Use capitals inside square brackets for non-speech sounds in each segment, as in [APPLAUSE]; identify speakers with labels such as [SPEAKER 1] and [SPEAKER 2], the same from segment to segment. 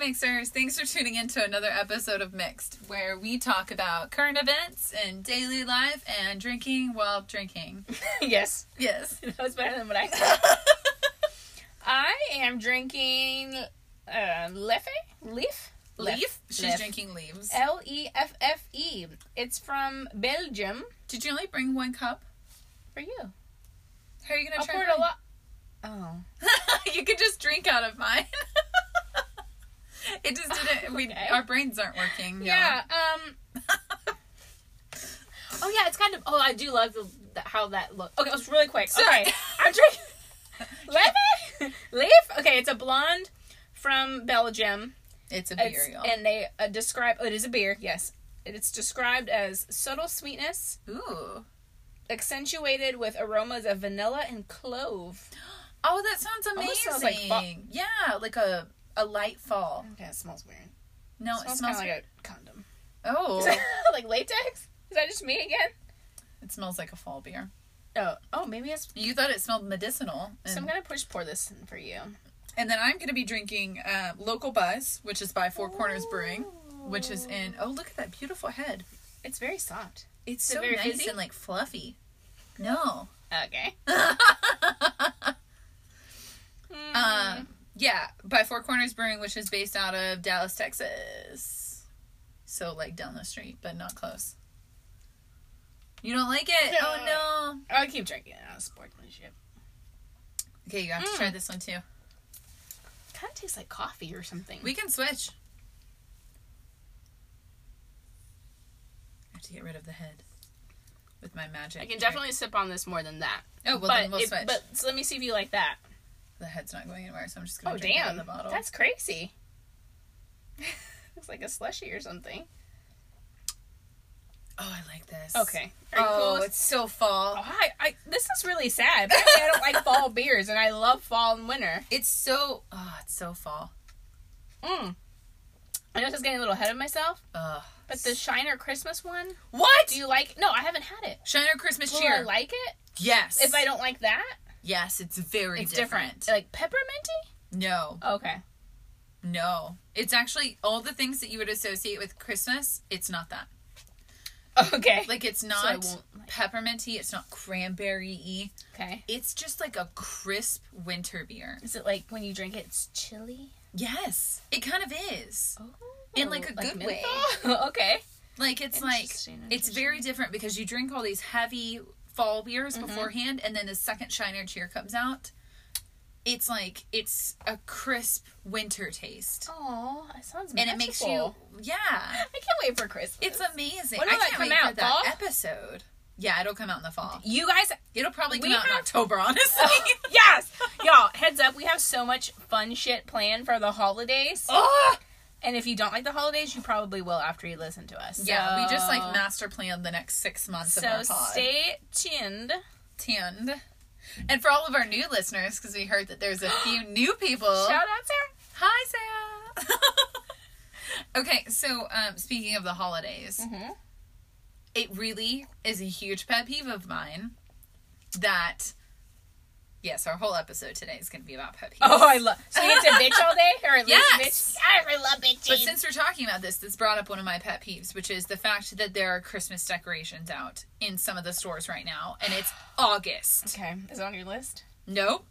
[SPEAKER 1] Mixers, thanks for tuning in to another episode of Mixed, where we talk about current events and daily life and drinking while drinking.
[SPEAKER 2] [LAUGHS] yes,
[SPEAKER 1] Yes.
[SPEAKER 2] that was better than what [LAUGHS] I said. I am drinking uh, Lefe? Leaf?
[SPEAKER 1] Leaf? She's
[SPEAKER 2] Leaf.
[SPEAKER 1] drinking leaves.
[SPEAKER 2] L E F F E. It's from Belgium
[SPEAKER 1] Did you only bring one cup?
[SPEAKER 2] for you.
[SPEAKER 1] How are you
[SPEAKER 2] I
[SPEAKER 1] gonna try?
[SPEAKER 2] poured
[SPEAKER 1] mine?
[SPEAKER 2] a lot. Oh.
[SPEAKER 1] [LAUGHS] you could just drink out of mine. [LAUGHS] it just didn't. We
[SPEAKER 2] Okay.
[SPEAKER 1] our brains aren't working. y'all. [LAUGHS]
[SPEAKER 2] Yeah. Um. [LAUGHS] Oh yeah, it's kind of. Oh, I do love the, the, how that look. Okay, it was really quick.
[SPEAKER 1] Sorry.
[SPEAKER 2] [LAUGHS] Okay, I'm drinking. Leaf. [LAUGHS] Leaf. Okay, it's a blonde from Belgium.
[SPEAKER 1] it's a
[SPEAKER 2] It's,
[SPEAKER 1] beer, y'all.
[SPEAKER 2] and they uh, describe. Oh, it is a beer. Yes, it's described as subtle sweetness
[SPEAKER 1] Ooh.
[SPEAKER 2] accentuated with aromas of vanilla and clove.
[SPEAKER 1] Oh, that sounds
[SPEAKER 2] Almost
[SPEAKER 1] amazing.
[SPEAKER 2] smells like fa-
[SPEAKER 1] yeah, like a a light fall.
[SPEAKER 2] Okay, it smells weird.
[SPEAKER 1] No,
[SPEAKER 2] smells,
[SPEAKER 1] it smells
[SPEAKER 2] kind of like a condom. [LAUGHS]
[SPEAKER 1] oh,
[SPEAKER 2] like latex? Is that just me again?
[SPEAKER 1] it smells like a fall beer.
[SPEAKER 2] Oh, oh, maybe it's. um,
[SPEAKER 1] You thought it smelled medicinal, and,
[SPEAKER 2] So I'm gonna push pour this in for you.
[SPEAKER 1] and then I'm gonna be drinking uh, local buzz, which is by Four Corners Brewing, which is in. Oh, look at that beautiful head.
[SPEAKER 2] It's very soft.
[SPEAKER 1] It's
[SPEAKER 2] Is it
[SPEAKER 1] so
[SPEAKER 2] very
[SPEAKER 1] nice
[SPEAKER 2] fizzy?
[SPEAKER 1] and like fluffy. No.
[SPEAKER 2] Okay. [LAUGHS] Hmm. Mm-hmm.
[SPEAKER 1] Um, yeah, by Four Corners Brewing, which is based out of Dallas, Texas. So like down the street, but not close. You don't like it?
[SPEAKER 2] No.
[SPEAKER 1] Oh no.
[SPEAKER 2] I'll keep drinking it out of sportsmanship.
[SPEAKER 1] Okay, you have to
[SPEAKER 2] Mm.
[SPEAKER 1] try this one too.
[SPEAKER 2] Kind of tastes like coffee or something.
[SPEAKER 1] We can switch. I have to get rid of the head with my magic.
[SPEAKER 2] I can
[SPEAKER 1] trick.
[SPEAKER 2] definitely sip on this more than that.
[SPEAKER 1] Oh well,
[SPEAKER 2] but
[SPEAKER 1] then we'll
[SPEAKER 2] if-
[SPEAKER 1] switch.
[SPEAKER 2] But so let me see if you like that.
[SPEAKER 1] The head's not going anywhere, so I'm just gonna
[SPEAKER 2] Oh
[SPEAKER 1] drink it out of
[SPEAKER 2] damn,
[SPEAKER 1] the bottle.
[SPEAKER 2] that's crazy. [LAUGHS] Looks like a slushy or something.
[SPEAKER 1] Oh, I like this.
[SPEAKER 2] Okay. Are you cool
[SPEAKER 1] Oh,
[SPEAKER 2] with-
[SPEAKER 1] it's so
[SPEAKER 2] Oh,
[SPEAKER 1] fall.
[SPEAKER 2] I, I, this is really sad. Apparently, I
[SPEAKER 1] [LAUGHS]
[SPEAKER 2] don't like fall beers, and I love fall and winter.
[SPEAKER 1] It's so. Oh, it's so fall.
[SPEAKER 2] Mm. I know I was getting a little ahead of myself,
[SPEAKER 1] Ugh.
[SPEAKER 2] but the Shiner Christmas one,
[SPEAKER 1] What?
[SPEAKER 2] do you like? No, I haven't had it.
[SPEAKER 1] Shiner Christmas
[SPEAKER 2] Will
[SPEAKER 1] cheer.
[SPEAKER 2] I like it?
[SPEAKER 1] yes.
[SPEAKER 2] If I don't like that,
[SPEAKER 1] Yes, it's very
[SPEAKER 2] it's
[SPEAKER 1] different.
[SPEAKER 2] different. Like pepperminty?
[SPEAKER 1] No,
[SPEAKER 2] Okay.
[SPEAKER 1] no. It's actually all the things that you would associate with Christmas. It's not that.
[SPEAKER 2] Okay.
[SPEAKER 1] Like it's
[SPEAKER 2] I
[SPEAKER 1] not
[SPEAKER 2] won't like-
[SPEAKER 1] pepperminty. It's not cranberry y.
[SPEAKER 2] Okay.
[SPEAKER 1] It's just like a crisp winter beer.
[SPEAKER 2] Is it like when you drink it, it's chilly?
[SPEAKER 1] Yes, it kind of is.
[SPEAKER 2] Oh,
[SPEAKER 1] In, like, a good way.
[SPEAKER 2] menthol? [LAUGHS] okay.
[SPEAKER 1] Like it's like
[SPEAKER 2] Interesting,
[SPEAKER 1] it's very different because you drink all these heavy fall beers
[SPEAKER 2] Mm-hmm.
[SPEAKER 1] beforehand, and then the second Shiner Cheer comes out. It's like it's a crisp winter taste,
[SPEAKER 2] Oh, that sounds
[SPEAKER 1] and it makes you yeah.
[SPEAKER 2] [LAUGHS] I can't wait for Christmas.
[SPEAKER 1] It's amazing.
[SPEAKER 2] When
[SPEAKER 1] I
[SPEAKER 2] will that
[SPEAKER 1] can't
[SPEAKER 2] come
[SPEAKER 1] wait for
[SPEAKER 2] out,
[SPEAKER 1] that
[SPEAKER 2] fall?
[SPEAKER 1] episode. Yeah, it'll come out in the fall.
[SPEAKER 2] You guys,
[SPEAKER 1] It'll probably come
[SPEAKER 2] We
[SPEAKER 1] out in
[SPEAKER 2] have-
[SPEAKER 1] October, [LAUGHS] honestly.
[SPEAKER 2] [LAUGHS] yes, y'all. Heads up, we have so much fun shit planned for the holidays.
[SPEAKER 1] Ugh!
[SPEAKER 2] And if you don't like the holidays, you probably will after you listen to us.
[SPEAKER 1] Yeah, we just like
[SPEAKER 2] So-
[SPEAKER 1] master planned the next six months of
[SPEAKER 2] So
[SPEAKER 1] our pod.
[SPEAKER 2] stay tuned.
[SPEAKER 1] tuned. And for all of our new listeners, because we heard that there's a
[SPEAKER 2] [GASPS]
[SPEAKER 1] few new people.
[SPEAKER 2] Shout out, Sarah.
[SPEAKER 1] Hi, Sarah. [LAUGHS] okay, so um, speaking of the holidays,
[SPEAKER 2] Mhm.
[SPEAKER 1] it really is a huge pet peeve of mine that. Yes, our whole episode today is going to be about pet peeves.
[SPEAKER 2] Oh, I love. So you [LAUGHS] get to bitch all day, or at least
[SPEAKER 1] Yes.
[SPEAKER 2] bitch. I love bitching.
[SPEAKER 1] But since we're talking about this, this brought up one of my pet peeves, which is the fact that there are Christmas decorations out in some of the stores right now, and it's August.
[SPEAKER 2] okay, is it on your list?
[SPEAKER 1] Nope,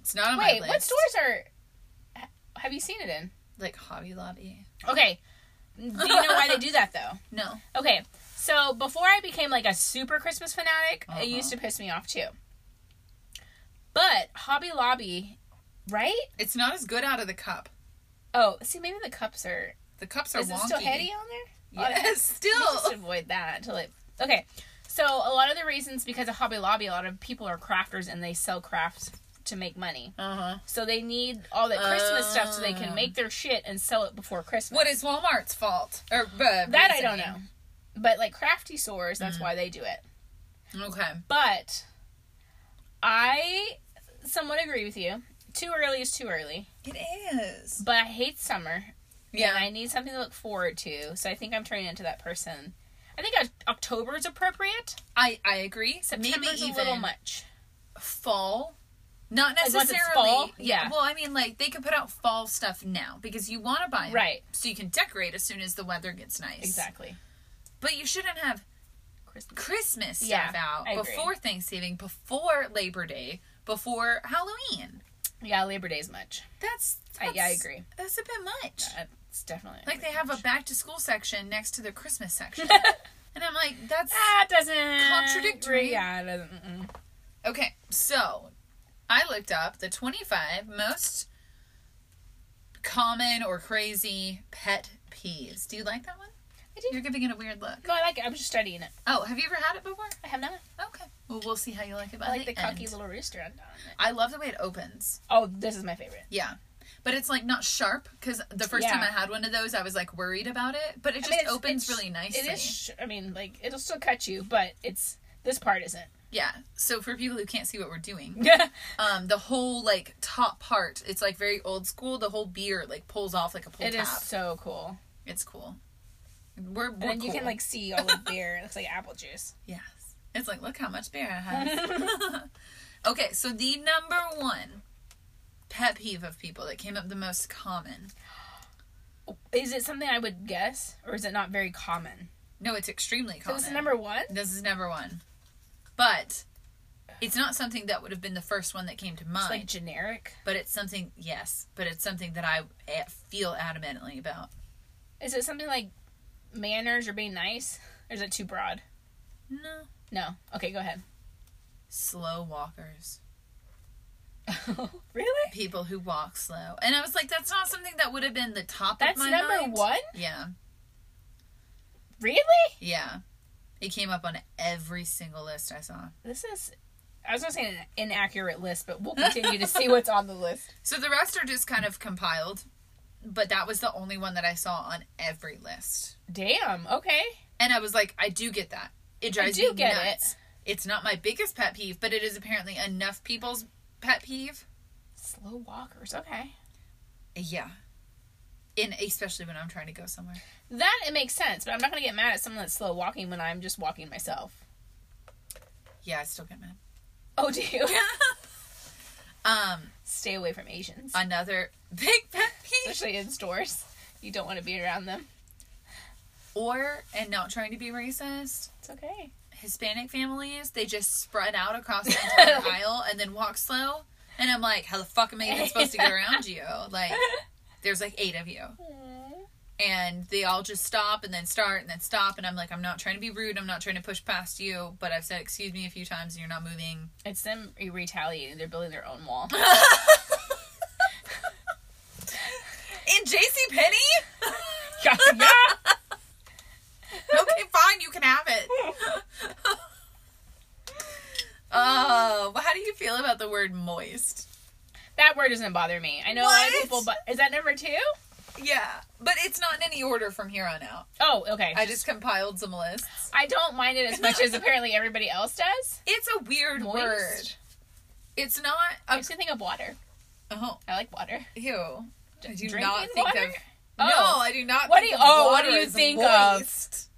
[SPEAKER 1] it's not on
[SPEAKER 2] Wait,
[SPEAKER 1] my list.
[SPEAKER 2] what stores are? ha- Have you seen it in?
[SPEAKER 1] Like Hobby Lobby.
[SPEAKER 2] Okay. Do you know why they do that though?
[SPEAKER 1] No.
[SPEAKER 2] Okay, so before I became like a super Christmas fanatic,
[SPEAKER 1] Uh-huh.
[SPEAKER 2] it used to piss me off too. But Hobby Lobby, right?
[SPEAKER 1] It's not as good out of the cup.
[SPEAKER 2] Oh, see, maybe the cups are.
[SPEAKER 1] The cups are
[SPEAKER 2] is it
[SPEAKER 1] wonky.
[SPEAKER 2] still heady Oh, on there?
[SPEAKER 1] Yes,
[SPEAKER 2] We
[SPEAKER 1] still.
[SPEAKER 2] just avoid that until it. Okay, so a lot of the reasons because of Hobby Lobby, a lot of people are crafters and they sell crafts to make money.
[SPEAKER 1] Uh huh.
[SPEAKER 2] So they need all that Christmas stuff so they
[SPEAKER 1] Oh.
[SPEAKER 2] can make their shit and sell it before Christmas.
[SPEAKER 1] What is Walmart's fault? Or uh,
[SPEAKER 2] that? I don't know.
[SPEAKER 1] reasoning?
[SPEAKER 2] But like crafty stores, that's
[SPEAKER 1] Mm-hmm.
[SPEAKER 2] why they do it.
[SPEAKER 1] Okay.
[SPEAKER 2] But I somewhat agree with you. Too early is too early.
[SPEAKER 1] It is.
[SPEAKER 2] But I hate summer and
[SPEAKER 1] Yeah.
[SPEAKER 2] I need something to look forward to. So I think I'm turning into that person. I think Oc- October is appropriate.
[SPEAKER 1] I I agree.
[SPEAKER 2] September's
[SPEAKER 1] Maybe even
[SPEAKER 2] a little much.
[SPEAKER 1] fall. Not
[SPEAKER 2] Like, once
[SPEAKER 1] necessarily.
[SPEAKER 2] it's fall? Yeah.
[SPEAKER 1] Well, I mean, like they could put out fall stuff now because you want to buy 'em.
[SPEAKER 2] Right.
[SPEAKER 1] So you can decorate as soon as the weather gets nice.
[SPEAKER 2] Exactly.
[SPEAKER 1] But you shouldn't have
[SPEAKER 2] Christmas.
[SPEAKER 1] Christmas stuff
[SPEAKER 2] Yeah,
[SPEAKER 1] out
[SPEAKER 2] I agree.
[SPEAKER 1] before Thanksgiving, before Labor Day, before Halloween.
[SPEAKER 2] Yeah, Labor Day's much.
[SPEAKER 1] That's,
[SPEAKER 2] I-
[SPEAKER 1] that's
[SPEAKER 2] yeah, I agree.
[SPEAKER 1] That's a bit much.
[SPEAKER 2] It's definitely
[SPEAKER 1] like they have a back to school section next to the Christmas section, and I'm like, that's
[SPEAKER 2] [LAUGHS] that doesn't
[SPEAKER 1] Contradictory.
[SPEAKER 2] Yeah, it doesn't. mm-mm.
[SPEAKER 1] Okay, so I looked up the 25 most common or crazy pet peeves. Do you like that one?
[SPEAKER 2] I do.
[SPEAKER 1] You're giving it a weird look.
[SPEAKER 2] No, I like it. I'm just studying it.
[SPEAKER 1] Oh, have you ever had it before?
[SPEAKER 2] I have not.
[SPEAKER 1] Okay. Well, we'll see how you like it by
[SPEAKER 2] I like the, cocky
[SPEAKER 1] end.
[SPEAKER 2] little rooster on top of it.
[SPEAKER 1] I love the way it opens.
[SPEAKER 2] Oh, this is my favorite.
[SPEAKER 1] Yeah. But it's like not sharp because the first
[SPEAKER 2] Yeah.
[SPEAKER 1] time I had one of those, I was like worried about it. But it
[SPEAKER 2] I
[SPEAKER 1] just
[SPEAKER 2] mean, it's-
[SPEAKER 1] opens
[SPEAKER 2] it's-
[SPEAKER 1] really nicely.
[SPEAKER 2] It is. Sh- I mean, like it'll still cut you, but it's this part isn't. [LAUGHS]
[SPEAKER 1] Yeah. So for people who can't see what we're doing,
[SPEAKER 2] Yeah.
[SPEAKER 1] um, the whole like top part, it's like very old school. The whole beard like pulls off like a pull
[SPEAKER 2] it
[SPEAKER 1] tab.
[SPEAKER 2] is so cool.
[SPEAKER 1] It's cool. We're,
[SPEAKER 2] And
[SPEAKER 1] we're
[SPEAKER 2] then you
[SPEAKER 1] cool.
[SPEAKER 2] can like see all the
[SPEAKER 1] [LAUGHS]
[SPEAKER 2] beer. It looks like apple juice.
[SPEAKER 1] yes. It's like look how much beer I have.
[SPEAKER 2] [LAUGHS]
[SPEAKER 1] [LAUGHS] okay, so the number one pet peeve of people that came up the most common.
[SPEAKER 2] Is it something I would guess, or is it not very common?
[SPEAKER 1] No, it's extremely
[SPEAKER 2] So
[SPEAKER 1] common.
[SPEAKER 2] this is number one.
[SPEAKER 1] This is number one, but it's not something that would have been the first one that came to mind.
[SPEAKER 2] It's like generic.
[SPEAKER 1] but it's something yes, but it's something that I eh, feel adamantly about.
[SPEAKER 2] Is it something like manners or being nice, or is it too broad?
[SPEAKER 1] No,
[SPEAKER 2] No. Okay,
[SPEAKER 1] [LAUGHS]
[SPEAKER 2] go ahead.
[SPEAKER 1] slow walkers.
[SPEAKER 2] really?
[SPEAKER 1] People who walk slow, and I was like, that's not something that would have been the top
[SPEAKER 2] That's
[SPEAKER 1] of my
[SPEAKER 2] number
[SPEAKER 1] mind.
[SPEAKER 2] one.
[SPEAKER 1] Yeah.
[SPEAKER 2] Really?
[SPEAKER 1] Yeah. It came up on every single list I saw.
[SPEAKER 2] This is. I was gonna say an inaccurate list, but we'll continue
[SPEAKER 1] [LAUGHS]
[SPEAKER 2] to see what's on the list.
[SPEAKER 1] So the rest are just kind of compiled, but that was the only one that I saw on every list.
[SPEAKER 2] Damn. Okay.
[SPEAKER 1] And I was like, I do get that. It drives
[SPEAKER 2] do
[SPEAKER 1] me
[SPEAKER 2] get
[SPEAKER 1] nuts. It's not my biggest pet peeve, but it is apparently enough people's pet peeve.
[SPEAKER 2] Slow walkers. Okay.
[SPEAKER 1] Yeah. In especially when I'm trying to go somewhere.
[SPEAKER 2] That it makes sense, but I'm not gonna get mad at someone that's slow walking when I'm just walking myself.
[SPEAKER 1] Yeah, I still get mad. [LAUGHS]
[SPEAKER 2] Oh, do you?
[SPEAKER 1] Um,
[SPEAKER 2] [LAUGHS] Stay away from Asians,
[SPEAKER 1] another big pet peeve.
[SPEAKER 2] especially in stores. You don't want to be around them.
[SPEAKER 1] Or and not trying to be racist,
[SPEAKER 2] It's okay.
[SPEAKER 1] Hispanic families, they just spread out across the entire aisle and then walk slow. And I'm like, how the fuck am I even supposed to get around you? Like, there's like eight of you. And they all just stop and then start and then stop. And I'm like, I'm not trying to be rude. I'm not trying to push past you. But I've said, excuse me a few times and you're not moving.
[SPEAKER 2] It's them retaliating. They're building their own wall.
[SPEAKER 1] [LAUGHS] In JCPenney? [LAUGHS]
[SPEAKER 2] yeah, [LAUGHS] yeah.
[SPEAKER 1] okay, fine. You can have it. Oh, well, how do you feel about the word moist?
[SPEAKER 2] [LAUGHS] That word doesn't bother me. I know a lot of
[SPEAKER 1] What?
[SPEAKER 2] people, but is that number two?
[SPEAKER 1] Yeah, but it's not in any order from here on out.
[SPEAKER 2] Oh, okay.
[SPEAKER 1] I just compiled some lists.
[SPEAKER 2] I don't mind it as much as apparently everybody else [LAUGHS] does.
[SPEAKER 1] It's a weird
[SPEAKER 2] Moist.
[SPEAKER 1] word. It's not.
[SPEAKER 2] I
[SPEAKER 1] A,
[SPEAKER 2] was thinking of water.
[SPEAKER 1] oh,
[SPEAKER 2] I like water.
[SPEAKER 1] ew. I do
[SPEAKER 2] Drinking
[SPEAKER 1] not think
[SPEAKER 2] water?
[SPEAKER 1] of.
[SPEAKER 2] Oh.
[SPEAKER 1] No, I do not.
[SPEAKER 2] What
[SPEAKER 1] think
[SPEAKER 2] do you-
[SPEAKER 1] of
[SPEAKER 2] oh, what
[SPEAKER 1] water
[SPEAKER 2] do you
[SPEAKER 1] as
[SPEAKER 2] think of?
[SPEAKER 1] moist.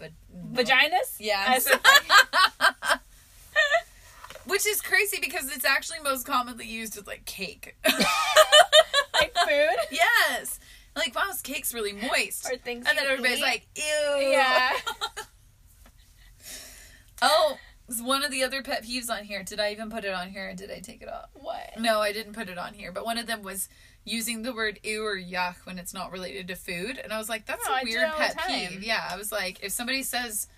[SPEAKER 1] But,
[SPEAKER 2] Vaginas?
[SPEAKER 1] Yes.
[SPEAKER 2] As-
[SPEAKER 1] Which is crazy because it's actually most commonly used with like
[SPEAKER 2] [LAUGHS]
[SPEAKER 1] cake. [LAUGHS]
[SPEAKER 2] like food?
[SPEAKER 1] yes. Like, wow, this cake's really moist.
[SPEAKER 2] Or things
[SPEAKER 1] and then
[SPEAKER 2] you
[SPEAKER 1] everybody's
[SPEAKER 2] eat?
[SPEAKER 1] like, ew. [LAUGHS]
[SPEAKER 2] Yeah.
[SPEAKER 1] Oh, it's one of the other pet peeves on here. Did I even put it on here or did I take it off?
[SPEAKER 2] What?
[SPEAKER 1] No, I didn't put it on here, but one of them was using the word ew or yuck when it's not related to food. And I was like, that's
[SPEAKER 2] Oh, I
[SPEAKER 1] a
[SPEAKER 2] do
[SPEAKER 1] weird
[SPEAKER 2] that all the
[SPEAKER 1] pet
[SPEAKER 2] time.
[SPEAKER 1] peeve. Yeah, I was like, if somebody says,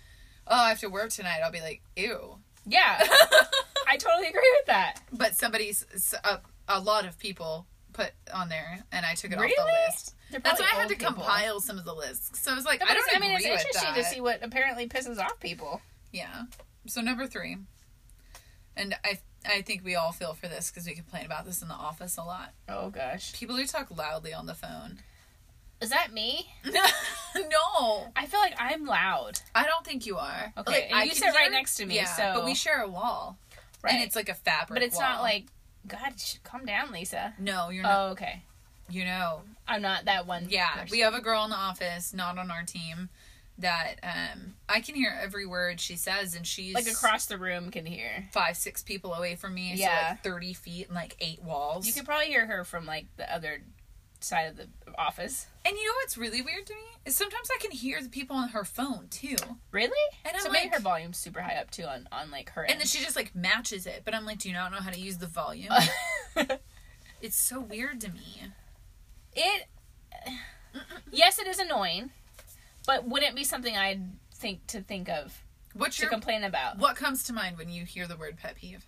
[SPEAKER 1] oh, I have to work tonight, I'll be like,
[SPEAKER 2] [LAUGHS]
[SPEAKER 1] ew.
[SPEAKER 2] Yeah. I totally agree with that.
[SPEAKER 1] But somebody's, s- a, a lot of people put on there, and I took it off
[SPEAKER 2] Really?
[SPEAKER 1] the list.
[SPEAKER 2] They're
[SPEAKER 1] That's
[SPEAKER 2] probably
[SPEAKER 1] why I had
[SPEAKER 2] old
[SPEAKER 1] to
[SPEAKER 2] people.
[SPEAKER 1] compile some of the lists. So I was like,
[SPEAKER 2] No, but
[SPEAKER 1] I don't
[SPEAKER 2] it's- I mean, it's
[SPEAKER 1] agree with
[SPEAKER 2] interesting to
[SPEAKER 1] that.
[SPEAKER 2] see what apparently pisses off people.
[SPEAKER 1] Yeah. So number three, and I I think we all feel for this because we complain about this in the office a lot.
[SPEAKER 2] Oh gosh.
[SPEAKER 1] People who talk loudly on the phone.
[SPEAKER 2] Is that me?
[SPEAKER 1] [LAUGHS] no,
[SPEAKER 2] I feel like I'm loud.
[SPEAKER 1] I don't think you are.
[SPEAKER 2] Okay,
[SPEAKER 1] Like,
[SPEAKER 2] and
[SPEAKER 1] I
[SPEAKER 2] you
[SPEAKER 1] can
[SPEAKER 2] sit right next to me,
[SPEAKER 1] Yeah,
[SPEAKER 2] so-
[SPEAKER 1] but we share a wall,
[SPEAKER 2] Right.
[SPEAKER 1] and it's like a fabric.
[SPEAKER 2] but it's not
[SPEAKER 1] wall.
[SPEAKER 2] like God, sh- calm down, Lisa.
[SPEAKER 1] no, you're not.
[SPEAKER 2] Oh, okay.
[SPEAKER 1] You know,
[SPEAKER 2] I'm not that one.
[SPEAKER 1] yeah, we
[SPEAKER 2] person.
[SPEAKER 1] have a girl in the office, not on our team, that um, I can hear every word she says, and she's
[SPEAKER 2] Like across the room can hear.
[SPEAKER 1] five, six people away from me. so
[SPEAKER 2] Yeah.
[SPEAKER 1] like thirty feet and like eight walls.
[SPEAKER 2] You could probably hear her from like the other side of the office.
[SPEAKER 1] and you know what's really weird to me is sometimes I can hear the people on her phone too,
[SPEAKER 2] Really?
[SPEAKER 1] And I'm
[SPEAKER 2] so maybe
[SPEAKER 1] like-
[SPEAKER 2] her volume's super high up too on, on like her
[SPEAKER 1] and then
[SPEAKER 2] end.
[SPEAKER 1] she just like matches it. But I'm like, do you not know how to use the volume?
[SPEAKER 2] [LAUGHS]
[SPEAKER 1] [LAUGHS] it's so weird to me.
[SPEAKER 2] it Yes, it is annoying, but wouldn't it be something I'd think to think of
[SPEAKER 1] What's
[SPEAKER 2] to
[SPEAKER 1] your
[SPEAKER 2] complain about.
[SPEAKER 1] what comes to mind when you hear the word pet peeve?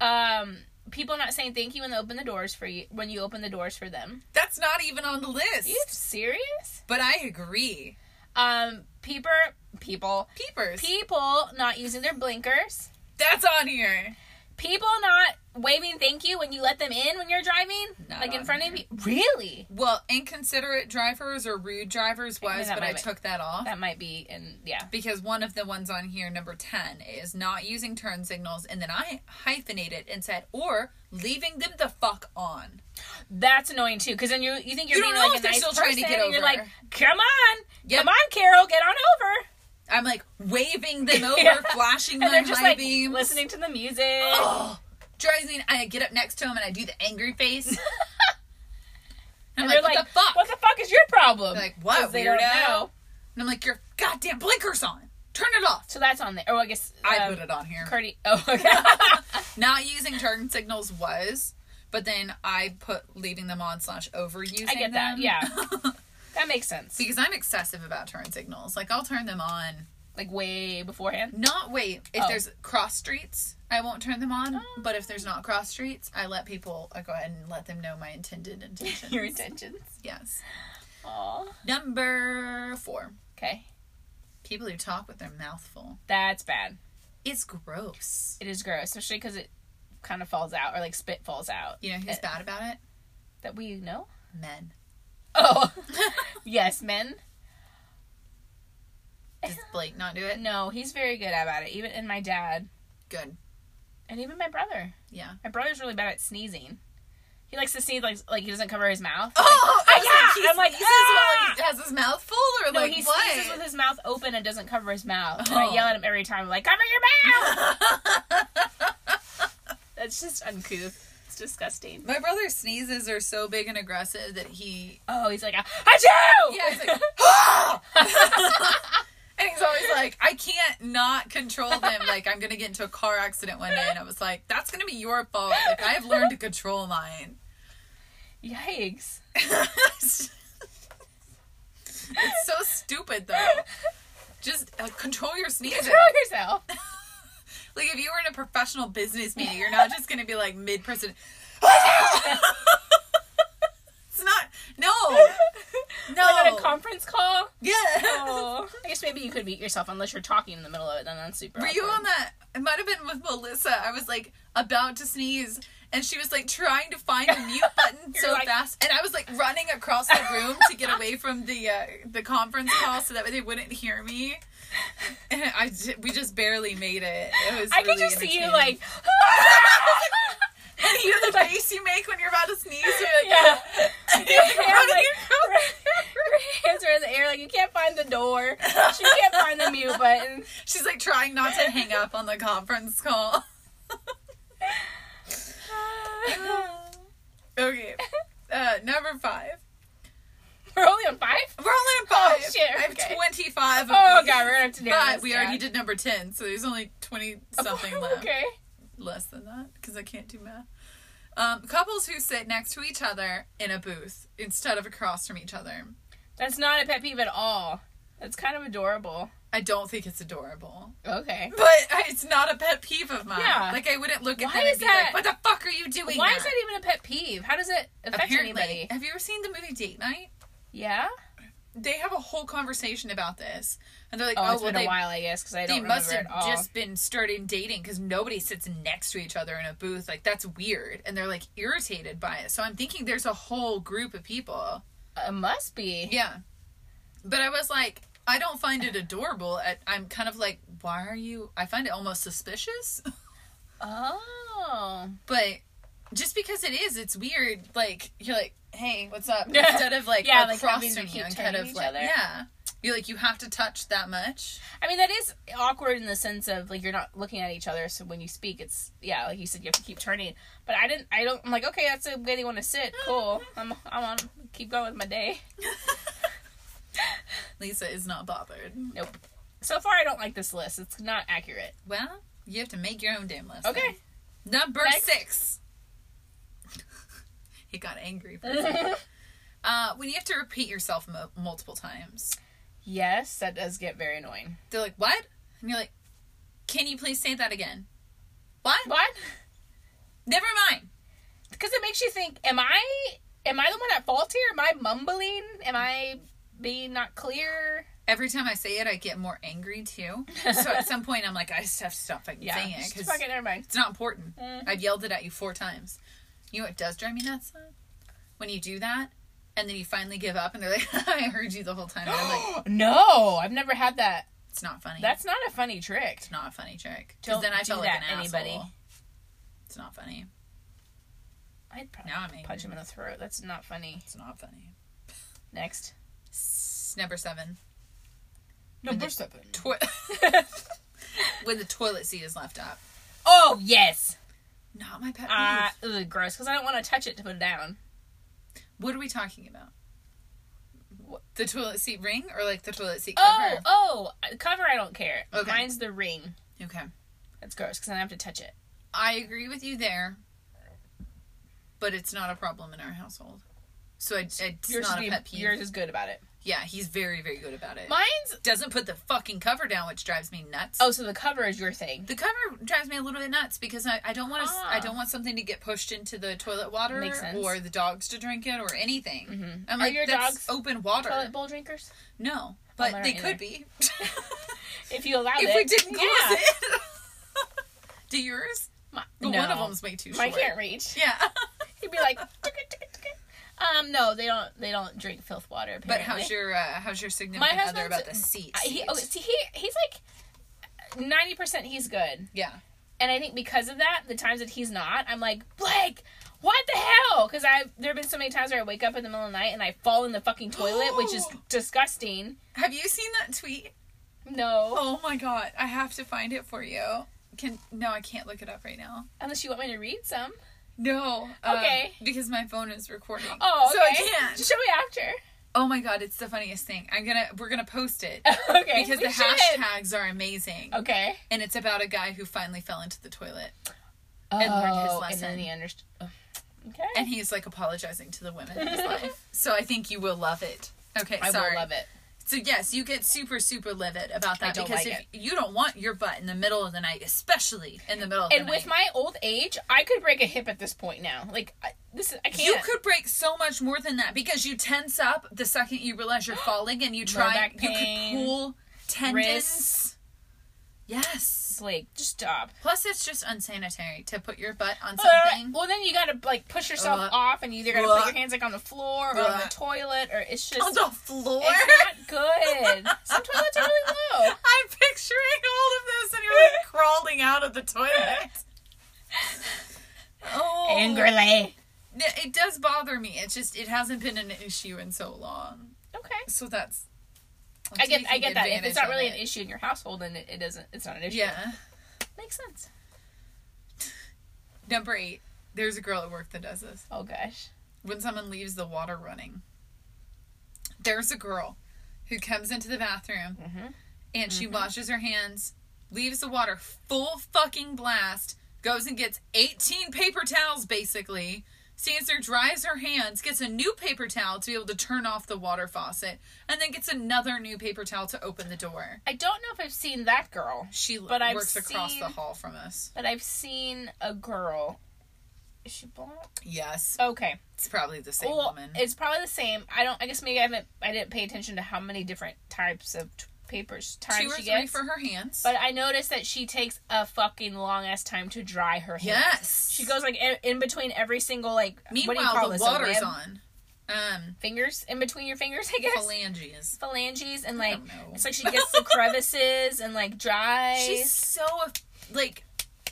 [SPEAKER 2] Um people not saying thank you when they open the doors for you when you open the doors for them.
[SPEAKER 1] That's not even on the list.
[SPEAKER 2] Are you serious?
[SPEAKER 1] But I agree.
[SPEAKER 2] Um peeper people
[SPEAKER 1] Peepers.
[SPEAKER 2] people not using their blinkers.
[SPEAKER 1] That's on here.
[SPEAKER 2] People not waving thank you when you let them in when you're driving,
[SPEAKER 1] Not
[SPEAKER 2] like in
[SPEAKER 1] on
[SPEAKER 2] front of you. Really?
[SPEAKER 1] Well, inconsiderate drivers or rude drivers
[SPEAKER 2] I think
[SPEAKER 1] was,
[SPEAKER 2] that
[SPEAKER 1] but
[SPEAKER 2] might
[SPEAKER 1] I
[SPEAKER 2] be-
[SPEAKER 1] took that off.
[SPEAKER 2] That might be in yeah.
[SPEAKER 1] because one of the ones on here, number 10, is not using turn signals, and then I hyphenated and said, or leaving them the fuck on.
[SPEAKER 2] That's annoying too, because then you you think you're
[SPEAKER 1] You don't
[SPEAKER 2] being
[SPEAKER 1] know
[SPEAKER 2] like
[SPEAKER 1] if
[SPEAKER 2] a
[SPEAKER 1] they're
[SPEAKER 2] nice
[SPEAKER 1] still
[SPEAKER 2] person,
[SPEAKER 1] trying to get
[SPEAKER 2] and you're
[SPEAKER 1] over.
[SPEAKER 2] like, come on,
[SPEAKER 1] Yep.
[SPEAKER 2] come on, Carol, get on over.
[SPEAKER 1] I'm like waving
[SPEAKER 2] [LAUGHS]
[SPEAKER 1] them over,
[SPEAKER 2] Yeah.
[SPEAKER 1] flashing
[SPEAKER 2] And
[SPEAKER 1] my
[SPEAKER 2] they're just
[SPEAKER 1] high
[SPEAKER 2] like
[SPEAKER 1] beams.
[SPEAKER 2] listening to the music.
[SPEAKER 1] Oh, drives me. I get up next to him and I do the angry
[SPEAKER 2] [LAUGHS]
[SPEAKER 1] face. And I'm
[SPEAKER 2] and
[SPEAKER 1] like,
[SPEAKER 2] they're
[SPEAKER 1] what
[SPEAKER 2] like,
[SPEAKER 1] the fuck?
[SPEAKER 2] What the fuck is your problem?
[SPEAKER 1] They're like, what,
[SPEAKER 2] 'Cause they don't
[SPEAKER 1] weirdo?
[SPEAKER 2] know.
[SPEAKER 1] And I'm like, your goddamn blinker's on. Turn it off.
[SPEAKER 2] So that's on there. Oh, I guess
[SPEAKER 1] I
[SPEAKER 2] um,
[SPEAKER 1] put it on here.
[SPEAKER 2] Cardi- [LAUGHS] oh, okay.
[SPEAKER 1] Not using turn signals was, but then I put leaving them on slash overusing.
[SPEAKER 2] I get that,
[SPEAKER 1] them. [LAUGHS]
[SPEAKER 2] yeah. that makes sense.
[SPEAKER 1] because I'm excessive about turn signals. Like I'll turn them on.
[SPEAKER 2] Like
[SPEAKER 1] [LAUGHS]
[SPEAKER 2] way beforehand.
[SPEAKER 1] Not wait. If
[SPEAKER 2] Oh.
[SPEAKER 1] there's cross streets, I won't turn them on.
[SPEAKER 2] Oh.
[SPEAKER 1] But if there's not cross streets, I let people. I go ahead and let them know my intended intention.
[SPEAKER 2] [LAUGHS] Your intentions.
[SPEAKER 1] Yes.
[SPEAKER 2] Aw.
[SPEAKER 1] Number four.
[SPEAKER 2] Okay,
[SPEAKER 1] People who talk with their mouth full.
[SPEAKER 2] that's bad.
[SPEAKER 1] It's gross.
[SPEAKER 2] It is gross, especially because it kind of falls out or like spit falls out.
[SPEAKER 1] You know who's
[SPEAKER 2] Uh,
[SPEAKER 1] bad about it?
[SPEAKER 2] That we know.
[SPEAKER 1] Men.
[SPEAKER 2] Oh, [LAUGHS] yes, men.
[SPEAKER 1] Does
[SPEAKER 2] Eh.
[SPEAKER 1] Blake not do it?
[SPEAKER 2] No, he's very good about it. Even and my dad,
[SPEAKER 1] Good.
[SPEAKER 2] and even my brother. [LAUGHS]
[SPEAKER 1] Yeah.
[SPEAKER 2] My brother's really bad at sneezing. He likes to sneeze like like he doesn't cover his mouth.
[SPEAKER 1] Oh, I was
[SPEAKER 2] yeah,
[SPEAKER 1] Like, he
[SPEAKER 2] I'm like,
[SPEAKER 1] sneezes
[SPEAKER 2] ah!
[SPEAKER 1] while he has his mouth full, or
[SPEAKER 2] No,
[SPEAKER 1] like
[SPEAKER 2] he
[SPEAKER 1] what?
[SPEAKER 2] sneezes with his mouth open and doesn't cover his mouth. And
[SPEAKER 1] Oh.
[SPEAKER 2] I yell at him every time, like, cover your
[SPEAKER 1] [LAUGHS]
[SPEAKER 2] mouth. That's just uncouth. It's disgusting.
[SPEAKER 1] My brother's sneezes are so big and aggressive that he
[SPEAKER 2] Oh, he's like, achoo!
[SPEAKER 1] yeah, he's like, "Ah!" and he's always like, I can't not control them. Like I'm gonna get into a car accident one day, and I was like, that's gonna be your fault. Like I've learned to control mine.
[SPEAKER 2] [LAUGHS] Yikes.
[SPEAKER 1] [LAUGHS] it's so stupid though. Just uh, control your sneezes.
[SPEAKER 2] Control yourself.
[SPEAKER 1] Like if you were in a professional business meeting, you're not just gonna be like mid person. [LAUGHS] it's not.
[SPEAKER 2] [LAUGHS]
[SPEAKER 1] No. No.
[SPEAKER 2] Like on a conference call.
[SPEAKER 1] yeah. [LAUGHS]
[SPEAKER 2] Oh. I guess maybe you could mute yourself unless you're talking in the middle of it, then that's super.
[SPEAKER 1] Were you
[SPEAKER 2] awkward.
[SPEAKER 1] on that? It might have been with Melissa. I was like about to sneeze, and she was like trying to find a
[SPEAKER 2] [LAUGHS]
[SPEAKER 1] mute button
[SPEAKER 2] You're
[SPEAKER 1] so
[SPEAKER 2] like-
[SPEAKER 1] fast, and I was like running across the room to get away from the uh, the conference call so that way they wouldn't hear me. And I j- we just barely made it. It was.
[SPEAKER 2] I could
[SPEAKER 1] really
[SPEAKER 2] just see you
[SPEAKER 1] entertaining.
[SPEAKER 2] [LAUGHS] like.
[SPEAKER 1] and you know the face you make when you're about to sneeze. You're like,
[SPEAKER 2] [LAUGHS] yeah.
[SPEAKER 1] running
[SPEAKER 2] Yeah, [LAUGHS] like-
[SPEAKER 1] across-
[SPEAKER 2] Your hands are in the air, like you can't find the door. She can't find the mute button.
[SPEAKER 1] She's like trying not to hang up on the conference
[SPEAKER 2] [LAUGHS]
[SPEAKER 1] call. okay. Uh, number five.
[SPEAKER 2] We're only on five?
[SPEAKER 1] We're only on five.
[SPEAKER 2] Oh, shit,
[SPEAKER 1] I have
[SPEAKER 2] okay.
[SPEAKER 1] 25 of
[SPEAKER 2] [LAUGHS] Oh,
[SPEAKER 1] these.
[SPEAKER 2] God, we're gonna have to narrow
[SPEAKER 1] But
[SPEAKER 2] this
[SPEAKER 1] we
[SPEAKER 2] down.
[SPEAKER 1] already did number 10, so there's only 20 something left.
[SPEAKER 2] [LAUGHS] Okay.
[SPEAKER 1] Less than that, because I can't do math. Um, couples who sit next to each other in a booth instead of across from each other.
[SPEAKER 2] That's not a pet peeve at all. That's kind of adorable.
[SPEAKER 1] I don't think it's adorable.
[SPEAKER 2] Okay.
[SPEAKER 1] But I- it's not a pet peeve of mine.
[SPEAKER 2] Yeah.
[SPEAKER 1] Like, I wouldn't look at
[SPEAKER 2] Why
[SPEAKER 1] them and
[SPEAKER 2] is
[SPEAKER 1] be
[SPEAKER 2] that-
[SPEAKER 1] like, what the fuck are you doing?
[SPEAKER 2] Why is that even a pet peeve? How does it affect
[SPEAKER 1] Apparently,
[SPEAKER 2] anybody?
[SPEAKER 1] have you ever seen the movie Date Night?
[SPEAKER 2] Yeah?
[SPEAKER 1] They have a whole conversation about this. And they're like,
[SPEAKER 2] Oh,
[SPEAKER 1] oh,
[SPEAKER 2] it's
[SPEAKER 1] well,
[SPEAKER 2] been
[SPEAKER 1] they
[SPEAKER 2] a while, I guess, because I don't
[SPEAKER 1] they
[SPEAKER 2] remember
[SPEAKER 1] must have
[SPEAKER 2] at all.
[SPEAKER 1] just been starting dating because nobody sits next to each other in a booth. Like that's weird, and they're like irritated by it. So I'm thinking there's a whole group of people.
[SPEAKER 2] It uh, must be.
[SPEAKER 1] Yeah, but I was like, I don't find it adorable. I, I'm kind of like, why are you? I find it almost suspicious.
[SPEAKER 2] Oh.
[SPEAKER 1] but just because it is, it's weird.
[SPEAKER 2] [LAUGHS]
[SPEAKER 1] Like you're like, hey, what's up? Instead of like
[SPEAKER 2] Yeah, like
[SPEAKER 1] across
[SPEAKER 2] having to
[SPEAKER 1] from you,
[SPEAKER 2] keep
[SPEAKER 1] and kind
[SPEAKER 2] turning
[SPEAKER 1] of
[SPEAKER 2] each
[SPEAKER 1] like
[SPEAKER 2] other.
[SPEAKER 1] yeah. You're like, you have to touch that much.
[SPEAKER 2] I mean, that is awkward in the sense of like you're not looking at each other, so when you speak, it's yeah, like you said, you have to keep turning. But I didn't. I don't. I'm like, okay, that's the way they want to sit. Cool. I'm. I'm on. Keep going with my day.
[SPEAKER 1] Lisa is not bothered.
[SPEAKER 2] Nope. So far, I don't like this list. It's not accurate.
[SPEAKER 1] Well, you have to make your own damn list.
[SPEAKER 2] Okay.
[SPEAKER 1] then. Number
[SPEAKER 2] Next.
[SPEAKER 1] six. [LAUGHS] he got angry.
[SPEAKER 2] [LAUGHS]
[SPEAKER 1] for a second. uh, when you have to repeat yourself mo- multiple times,
[SPEAKER 2] Yes, that does get very annoying.
[SPEAKER 1] they're like, "What?" And you're like, "Can you please say that again?" What?
[SPEAKER 2] What?
[SPEAKER 1] Never mind.
[SPEAKER 2] Because it makes you think: Am I? Am I the one at fault here? Am I mumbling? Am I being not clear?
[SPEAKER 1] Every time I say it, I get more angry too. So at some point, I'm like, I just have to stop fucking
[SPEAKER 2] Yeah.
[SPEAKER 1] saying it
[SPEAKER 2] Just
[SPEAKER 1] because
[SPEAKER 2] fuck it, never mind.
[SPEAKER 1] It's not important.
[SPEAKER 2] Mhm.
[SPEAKER 1] I've yelled it at you four times. You know what does drive me nuts? though? When you do that, and then you finally give up, and they're like, [LAUGHS] "I heard you the whole time." And I'm
[SPEAKER 2] [GASPS]
[SPEAKER 1] like,
[SPEAKER 2] no, I've never had that.
[SPEAKER 1] "It's not funny.
[SPEAKER 2] That's not a funny trick.
[SPEAKER 1] it's not a funny trick." Because
[SPEAKER 2] Don't
[SPEAKER 1] then I
[SPEAKER 2] do
[SPEAKER 1] felt like
[SPEAKER 2] that,
[SPEAKER 1] an anybody.
[SPEAKER 2] anybody.
[SPEAKER 1] asshole. It's not funny.
[SPEAKER 2] I'd probably
[SPEAKER 1] Now I'm angry.
[SPEAKER 2] punch him in the throat. That's not funny.
[SPEAKER 1] It's not funny.
[SPEAKER 2] Next.
[SPEAKER 1] S- number seven.
[SPEAKER 2] Number
[SPEAKER 1] the-
[SPEAKER 2] seven. [LAUGHS]
[SPEAKER 1] Toi- [LAUGHS] when the toilet seat is left up.
[SPEAKER 2] oh [LAUGHS] yes.
[SPEAKER 1] Not my pet
[SPEAKER 2] Uh,
[SPEAKER 1] peeve.
[SPEAKER 2] ugh, gross. Because I don't want to touch it to put it down.
[SPEAKER 1] What are we talking about? The toilet seat ring or like the toilet seat
[SPEAKER 2] Oh,
[SPEAKER 1] cover?
[SPEAKER 2] oh, uh, cover. I don't care.
[SPEAKER 1] Okay.
[SPEAKER 2] Mine's the ring.
[SPEAKER 1] Okay.
[SPEAKER 2] That's gross because I have to touch it.
[SPEAKER 1] I agree with you there, but it's not a problem in our household. So I, it's
[SPEAKER 2] Yours
[SPEAKER 1] not
[SPEAKER 2] is
[SPEAKER 1] a
[SPEAKER 2] be-
[SPEAKER 1] pet peeve.
[SPEAKER 2] Yours is good about it.
[SPEAKER 1] Yeah, he's very, very good about it.
[SPEAKER 2] Mine's.
[SPEAKER 1] Doesn't put the fucking cover down, which drives me nuts.
[SPEAKER 2] Oh, so the cover is your thing.
[SPEAKER 1] the cover drives me a little bit nuts because I, I don't want to
[SPEAKER 2] Ah.
[SPEAKER 1] I don't want something to get pushed into the toilet water
[SPEAKER 2] Makes sense.
[SPEAKER 1] or the dogs to drink it or anything.
[SPEAKER 2] Mhm.
[SPEAKER 1] I'm
[SPEAKER 2] Are
[SPEAKER 1] like
[SPEAKER 2] your
[SPEAKER 1] that's
[SPEAKER 2] dogs
[SPEAKER 1] open water.
[SPEAKER 2] Toilet bowl drinkers.
[SPEAKER 1] No, but
[SPEAKER 2] they're
[SPEAKER 1] they
[SPEAKER 2] not
[SPEAKER 1] could
[SPEAKER 2] either.
[SPEAKER 1] be. [LAUGHS]
[SPEAKER 2] [LAUGHS] If you allow it.
[SPEAKER 1] if we didn't close
[SPEAKER 2] yeah. [LAUGHS]
[SPEAKER 1] it. Do yours?
[SPEAKER 2] My,
[SPEAKER 1] Well,
[SPEAKER 2] no.
[SPEAKER 1] One of them's way too short.
[SPEAKER 2] Mine can't reach.
[SPEAKER 1] Yeah.
[SPEAKER 2] He'd be like. "Tuk it, tuk it, tuk it." Um, no, they don't. They don't drink filth water. Apparently.
[SPEAKER 1] [LAUGHS] But how's your uh, how's your significant
[SPEAKER 2] My
[SPEAKER 1] other about the
[SPEAKER 2] husband's-
[SPEAKER 1] seat?
[SPEAKER 2] I- he,
[SPEAKER 1] seat?
[SPEAKER 2] oh, see, he he's like ninety percent. He's good,
[SPEAKER 1] yeah,
[SPEAKER 2] and I think because of that, the times that he's not, I'm like Blake. What the hell? Because I there have been so many times where I wake up in the middle of the night and I fall in the fucking toilet,
[SPEAKER 1] [GASPS]
[SPEAKER 2] which is disgusting.
[SPEAKER 1] have you seen that tweet?
[SPEAKER 2] No,
[SPEAKER 1] Oh my god, I have to find it for you. Can no, I can't look it up right now.
[SPEAKER 2] unless you want me to read some.
[SPEAKER 1] No, um,
[SPEAKER 2] Okay.
[SPEAKER 1] because my phone is recording.
[SPEAKER 2] Oh,
[SPEAKER 1] so I
[SPEAKER 2] okay.
[SPEAKER 1] can't.
[SPEAKER 2] Show me
[SPEAKER 1] Oh my god, it's the funniest thing. I'm gonna we're gonna post it [LAUGHS]
[SPEAKER 2] after. okay,
[SPEAKER 1] because
[SPEAKER 2] [LAUGHS] we
[SPEAKER 1] the
[SPEAKER 2] should.
[SPEAKER 1] hashtags are amazing,
[SPEAKER 2] Okay,
[SPEAKER 1] and it's about a guy who finally fell into the toilet, And learned his
[SPEAKER 2] Oh,
[SPEAKER 1] lesson.
[SPEAKER 2] And then he understood. Okay,
[SPEAKER 1] and he's like apologizing to the women in
[SPEAKER 2] [LAUGHS]
[SPEAKER 1] his life. So I think you will love it. Okay,
[SPEAKER 2] I
[SPEAKER 1] sorry.
[SPEAKER 2] will love it.
[SPEAKER 1] So yes, you get super super livid about that
[SPEAKER 2] I don't
[SPEAKER 1] because
[SPEAKER 2] like
[SPEAKER 1] if
[SPEAKER 2] it.
[SPEAKER 1] you don't want your butt in the middle of the night, especially in the middle of
[SPEAKER 2] And
[SPEAKER 1] the
[SPEAKER 2] with
[SPEAKER 1] night.
[SPEAKER 2] my old age, I could break a hip at this point now. Like I, this, is, I can't.
[SPEAKER 1] you could break so much more than that because you tense up the second you realize you're falling and you try
[SPEAKER 2] back
[SPEAKER 1] you
[SPEAKER 2] pain,
[SPEAKER 1] could pull tendons.
[SPEAKER 2] wrists.
[SPEAKER 1] Yes.
[SPEAKER 2] Blake, just stop.
[SPEAKER 1] Plus it's just unsanitary to put your butt on
[SPEAKER 2] Uh,
[SPEAKER 1] something.
[SPEAKER 2] well, then you gotta like push yourself
[SPEAKER 1] Uh,
[SPEAKER 2] off, and you either gotta
[SPEAKER 1] uh,
[SPEAKER 2] put your hands like on the floor or on
[SPEAKER 1] uh,
[SPEAKER 2] the toilet, or it's just
[SPEAKER 1] on the floor.
[SPEAKER 2] it's not good. Some toilets are really
[SPEAKER 1] [LAUGHS]
[SPEAKER 2] low.
[SPEAKER 1] I'm picturing all of this and you're like crawling out of the
[SPEAKER 2] [LAUGHS]
[SPEAKER 1] toilet. Oh
[SPEAKER 2] Angrily.
[SPEAKER 1] Yeah, It does bother me. It's just it hasn't been an issue in so long.
[SPEAKER 2] Okay,
[SPEAKER 1] So that's
[SPEAKER 2] I get I get that. If it's not really an
[SPEAKER 1] issue.
[SPEAKER 2] issue in your household, then it, it doesn't. It's not an issue.
[SPEAKER 1] Yeah.
[SPEAKER 2] makes sense.
[SPEAKER 1] Number eight. There's a girl at work that does this.
[SPEAKER 2] Oh gosh.
[SPEAKER 1] When someone leaves the water running. There's a girl who comes into the bathroom
[SPEAKER 2] Mhm.
[SPEAKER 1] and she washes her hands, leaves the water full fucking blast, goes and gets 18 paper towels basically, stands there, dries her hands, gets a new paper towel to be able to turn off the water faucet, and then gets another new paper towel to open the door.
[SPEAKER 2] I don't know if I've seen that girl,
[SPEAKER 1] She
[SPEAKER 2] But I've
[SPEAKER 1] works across
[SPEAKER 2] seen-
[SPEAKER 1] the hall from us.
[SPEAKER 2] but I've seen a girl. Is she blonde?
[SPEAKER 1] Yes,
[SPEAKER 2] Okay.
[SPEAKER 1] it's probably the same
[SPEAKER 2] well,
[SPEAKER 1] woman.
[SPEAKER 2] it's probably the same. I don't. I guess maybe I haven't. I didn't pay attention to how many different types of t- papers time
[SPEAKER 1] Two or
[SPEAKER 2] she
[SPEAKER 1] three
[SPEAKER 2] gets.
[SPEAKER 1] for her hands.
[SPEAKER 2] But I noticed that she takes a fucking long ass time to dry her hands.
[SPEAKER 1] yes,
[SPEAKER 2] She goes like in, in between every single like. what do you
[SPEAKER 1] Meanwhile,
[SPEAKER 2] call
[SPEAKER 1] the
[SPEAKER 2] this, a
[SPEAKER 1] water's
[SPEAKER 2] web?
[SPEAKER 1] on. Um,
[SPEAKER 2] Fingers in between your fingers, I guess.
[SPEAKER 1] phalanges.
[SPEAKER 2] Phalanges and
[SPEAKER 1] I
[SPEAKER 2] like
[SPEAKER 1] don't know.
[SPEAKER 2] it's like she gets the crevices and like dries.
[SPEAKER 1] She's so like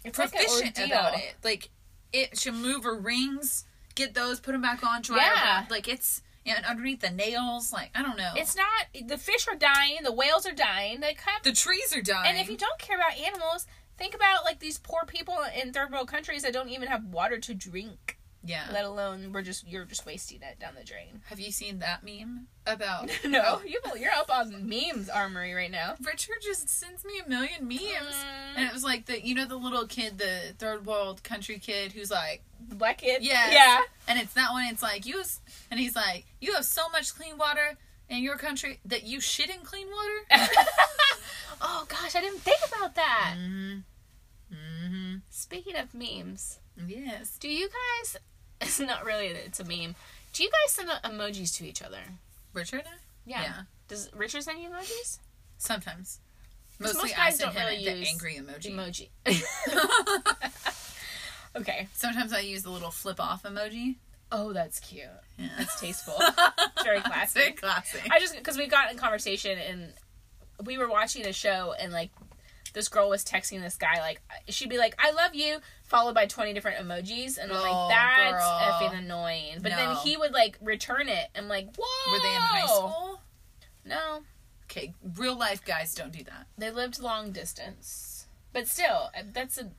[SPEAKER 2] it's like an
[SPEAKER 1] proficient
[SPEAKER 2] ordeal.
[SPEAKER 1] about it. Like it, she'll move her rings, get those, put them back on, dry.
[SPEAKER 2] Yeah.
[SPEAKER 1] Yeah. like it's and underneath the nails. Like I don't know.
[SPEAKER 2] It's not the fish are dying, the whales are dying. They have
[SPEAKER 1] the trees are dying.
[SPEAKER 2] And if you don't care about animals, think about like these poor people in third world countries that don't even have water to drink.
[SPEAKER 1] yeah.
[SPEAKER 2] Let alone we're just you're just wasting it down the drain.
[SPEAKER 1] Have you seen that meme about
[SPEAKER 2] [LAUGHS] no, you you're up on memes armory right now. Uh,
[SPEAKER 1] Richard just sends me a million memes.
[SPEAKER 2] Mm-hmm. Mm.
[SPEAKER 1] And it was like the you know the little kid, the third world country kid who's like
[SPEAKER 2] The black kid.
[SPEAKER 1] Yes.
[SPEAKER 2] Yeah.
[SPEAKER 1] and it's that one, it's like you s- and he's like, You have so much clean water in your country that you shit in clean
[SPEAKER 2] [LAUGHS]
[SPEAKER 1] water?
[SPEAKER 2] oh gosh, I didn't think about that.
[SPEAKER 1] mm-hmm. Mm-hmm.
[SPEAKER 2] Speaking of memes,
[SPEAKER 1] Yes.
[SPEAKER 2] do you guys? [LAUGHS] It's not really. It's a meme. Do you guys send uh, emojis to each other?
[SPEAKER 1] Richard?
[SPEAKER 2] Yeah.
[SPEAKER 1] Yeah.
[SPEAKER 2] Does Richard send you emojis?
[SPEAKER 1] Sometimes.
[SPEAKER 2] 'Cause
[SPEAKER 1] Mostly
[SPEAKER 2] most
[SPEAKER 1] I
[SPEAKER 2] guys
[SPEAKER 1] send
[SPEAKER 2] don't
[SPEAKER 1] him
[SPEAKER 2] really
[SPEAKER 1] the
[SPEAKER 2] use
[SPEAKER 1] angry emoji.
[SPEAKER 2] Emoji. [LAUGHS] okay.
[SPEAKER 1] [LAUGHS] Sometimes I use the little flip off emoji.
[SPEAKER 2] Oh, that's cute.
[SPEAKER 1] Yeah.
[SPEAKER 2] That's
[SPEAKER 1] [LAUGHS]
[SPEAKER 2] tasteful. Very classic.
[SPEAKER 1] Very classic.
[SPEAKER 2] I just because we got in conversation and we were watching a show and like this girl was texting this guy like she'd be like I love you followed by twenty different emojis and I'm
[SPEAKER 1] Oh,
[SPEAKER 2] like that's
[SPEAKER 1] girl.
[SPEAKER 2] effing annoying. But
[SPEAKER 1] No.
[SPEAKER 2] then he would like return it. I'm like whoa.
[SPEAKER 1] Were they in high school?
[SPEAKER 2] No,
[SPEAKER 1] Okay, real life guys don't do that.
[SPEAKER 2] they lived long distance. But still, that's a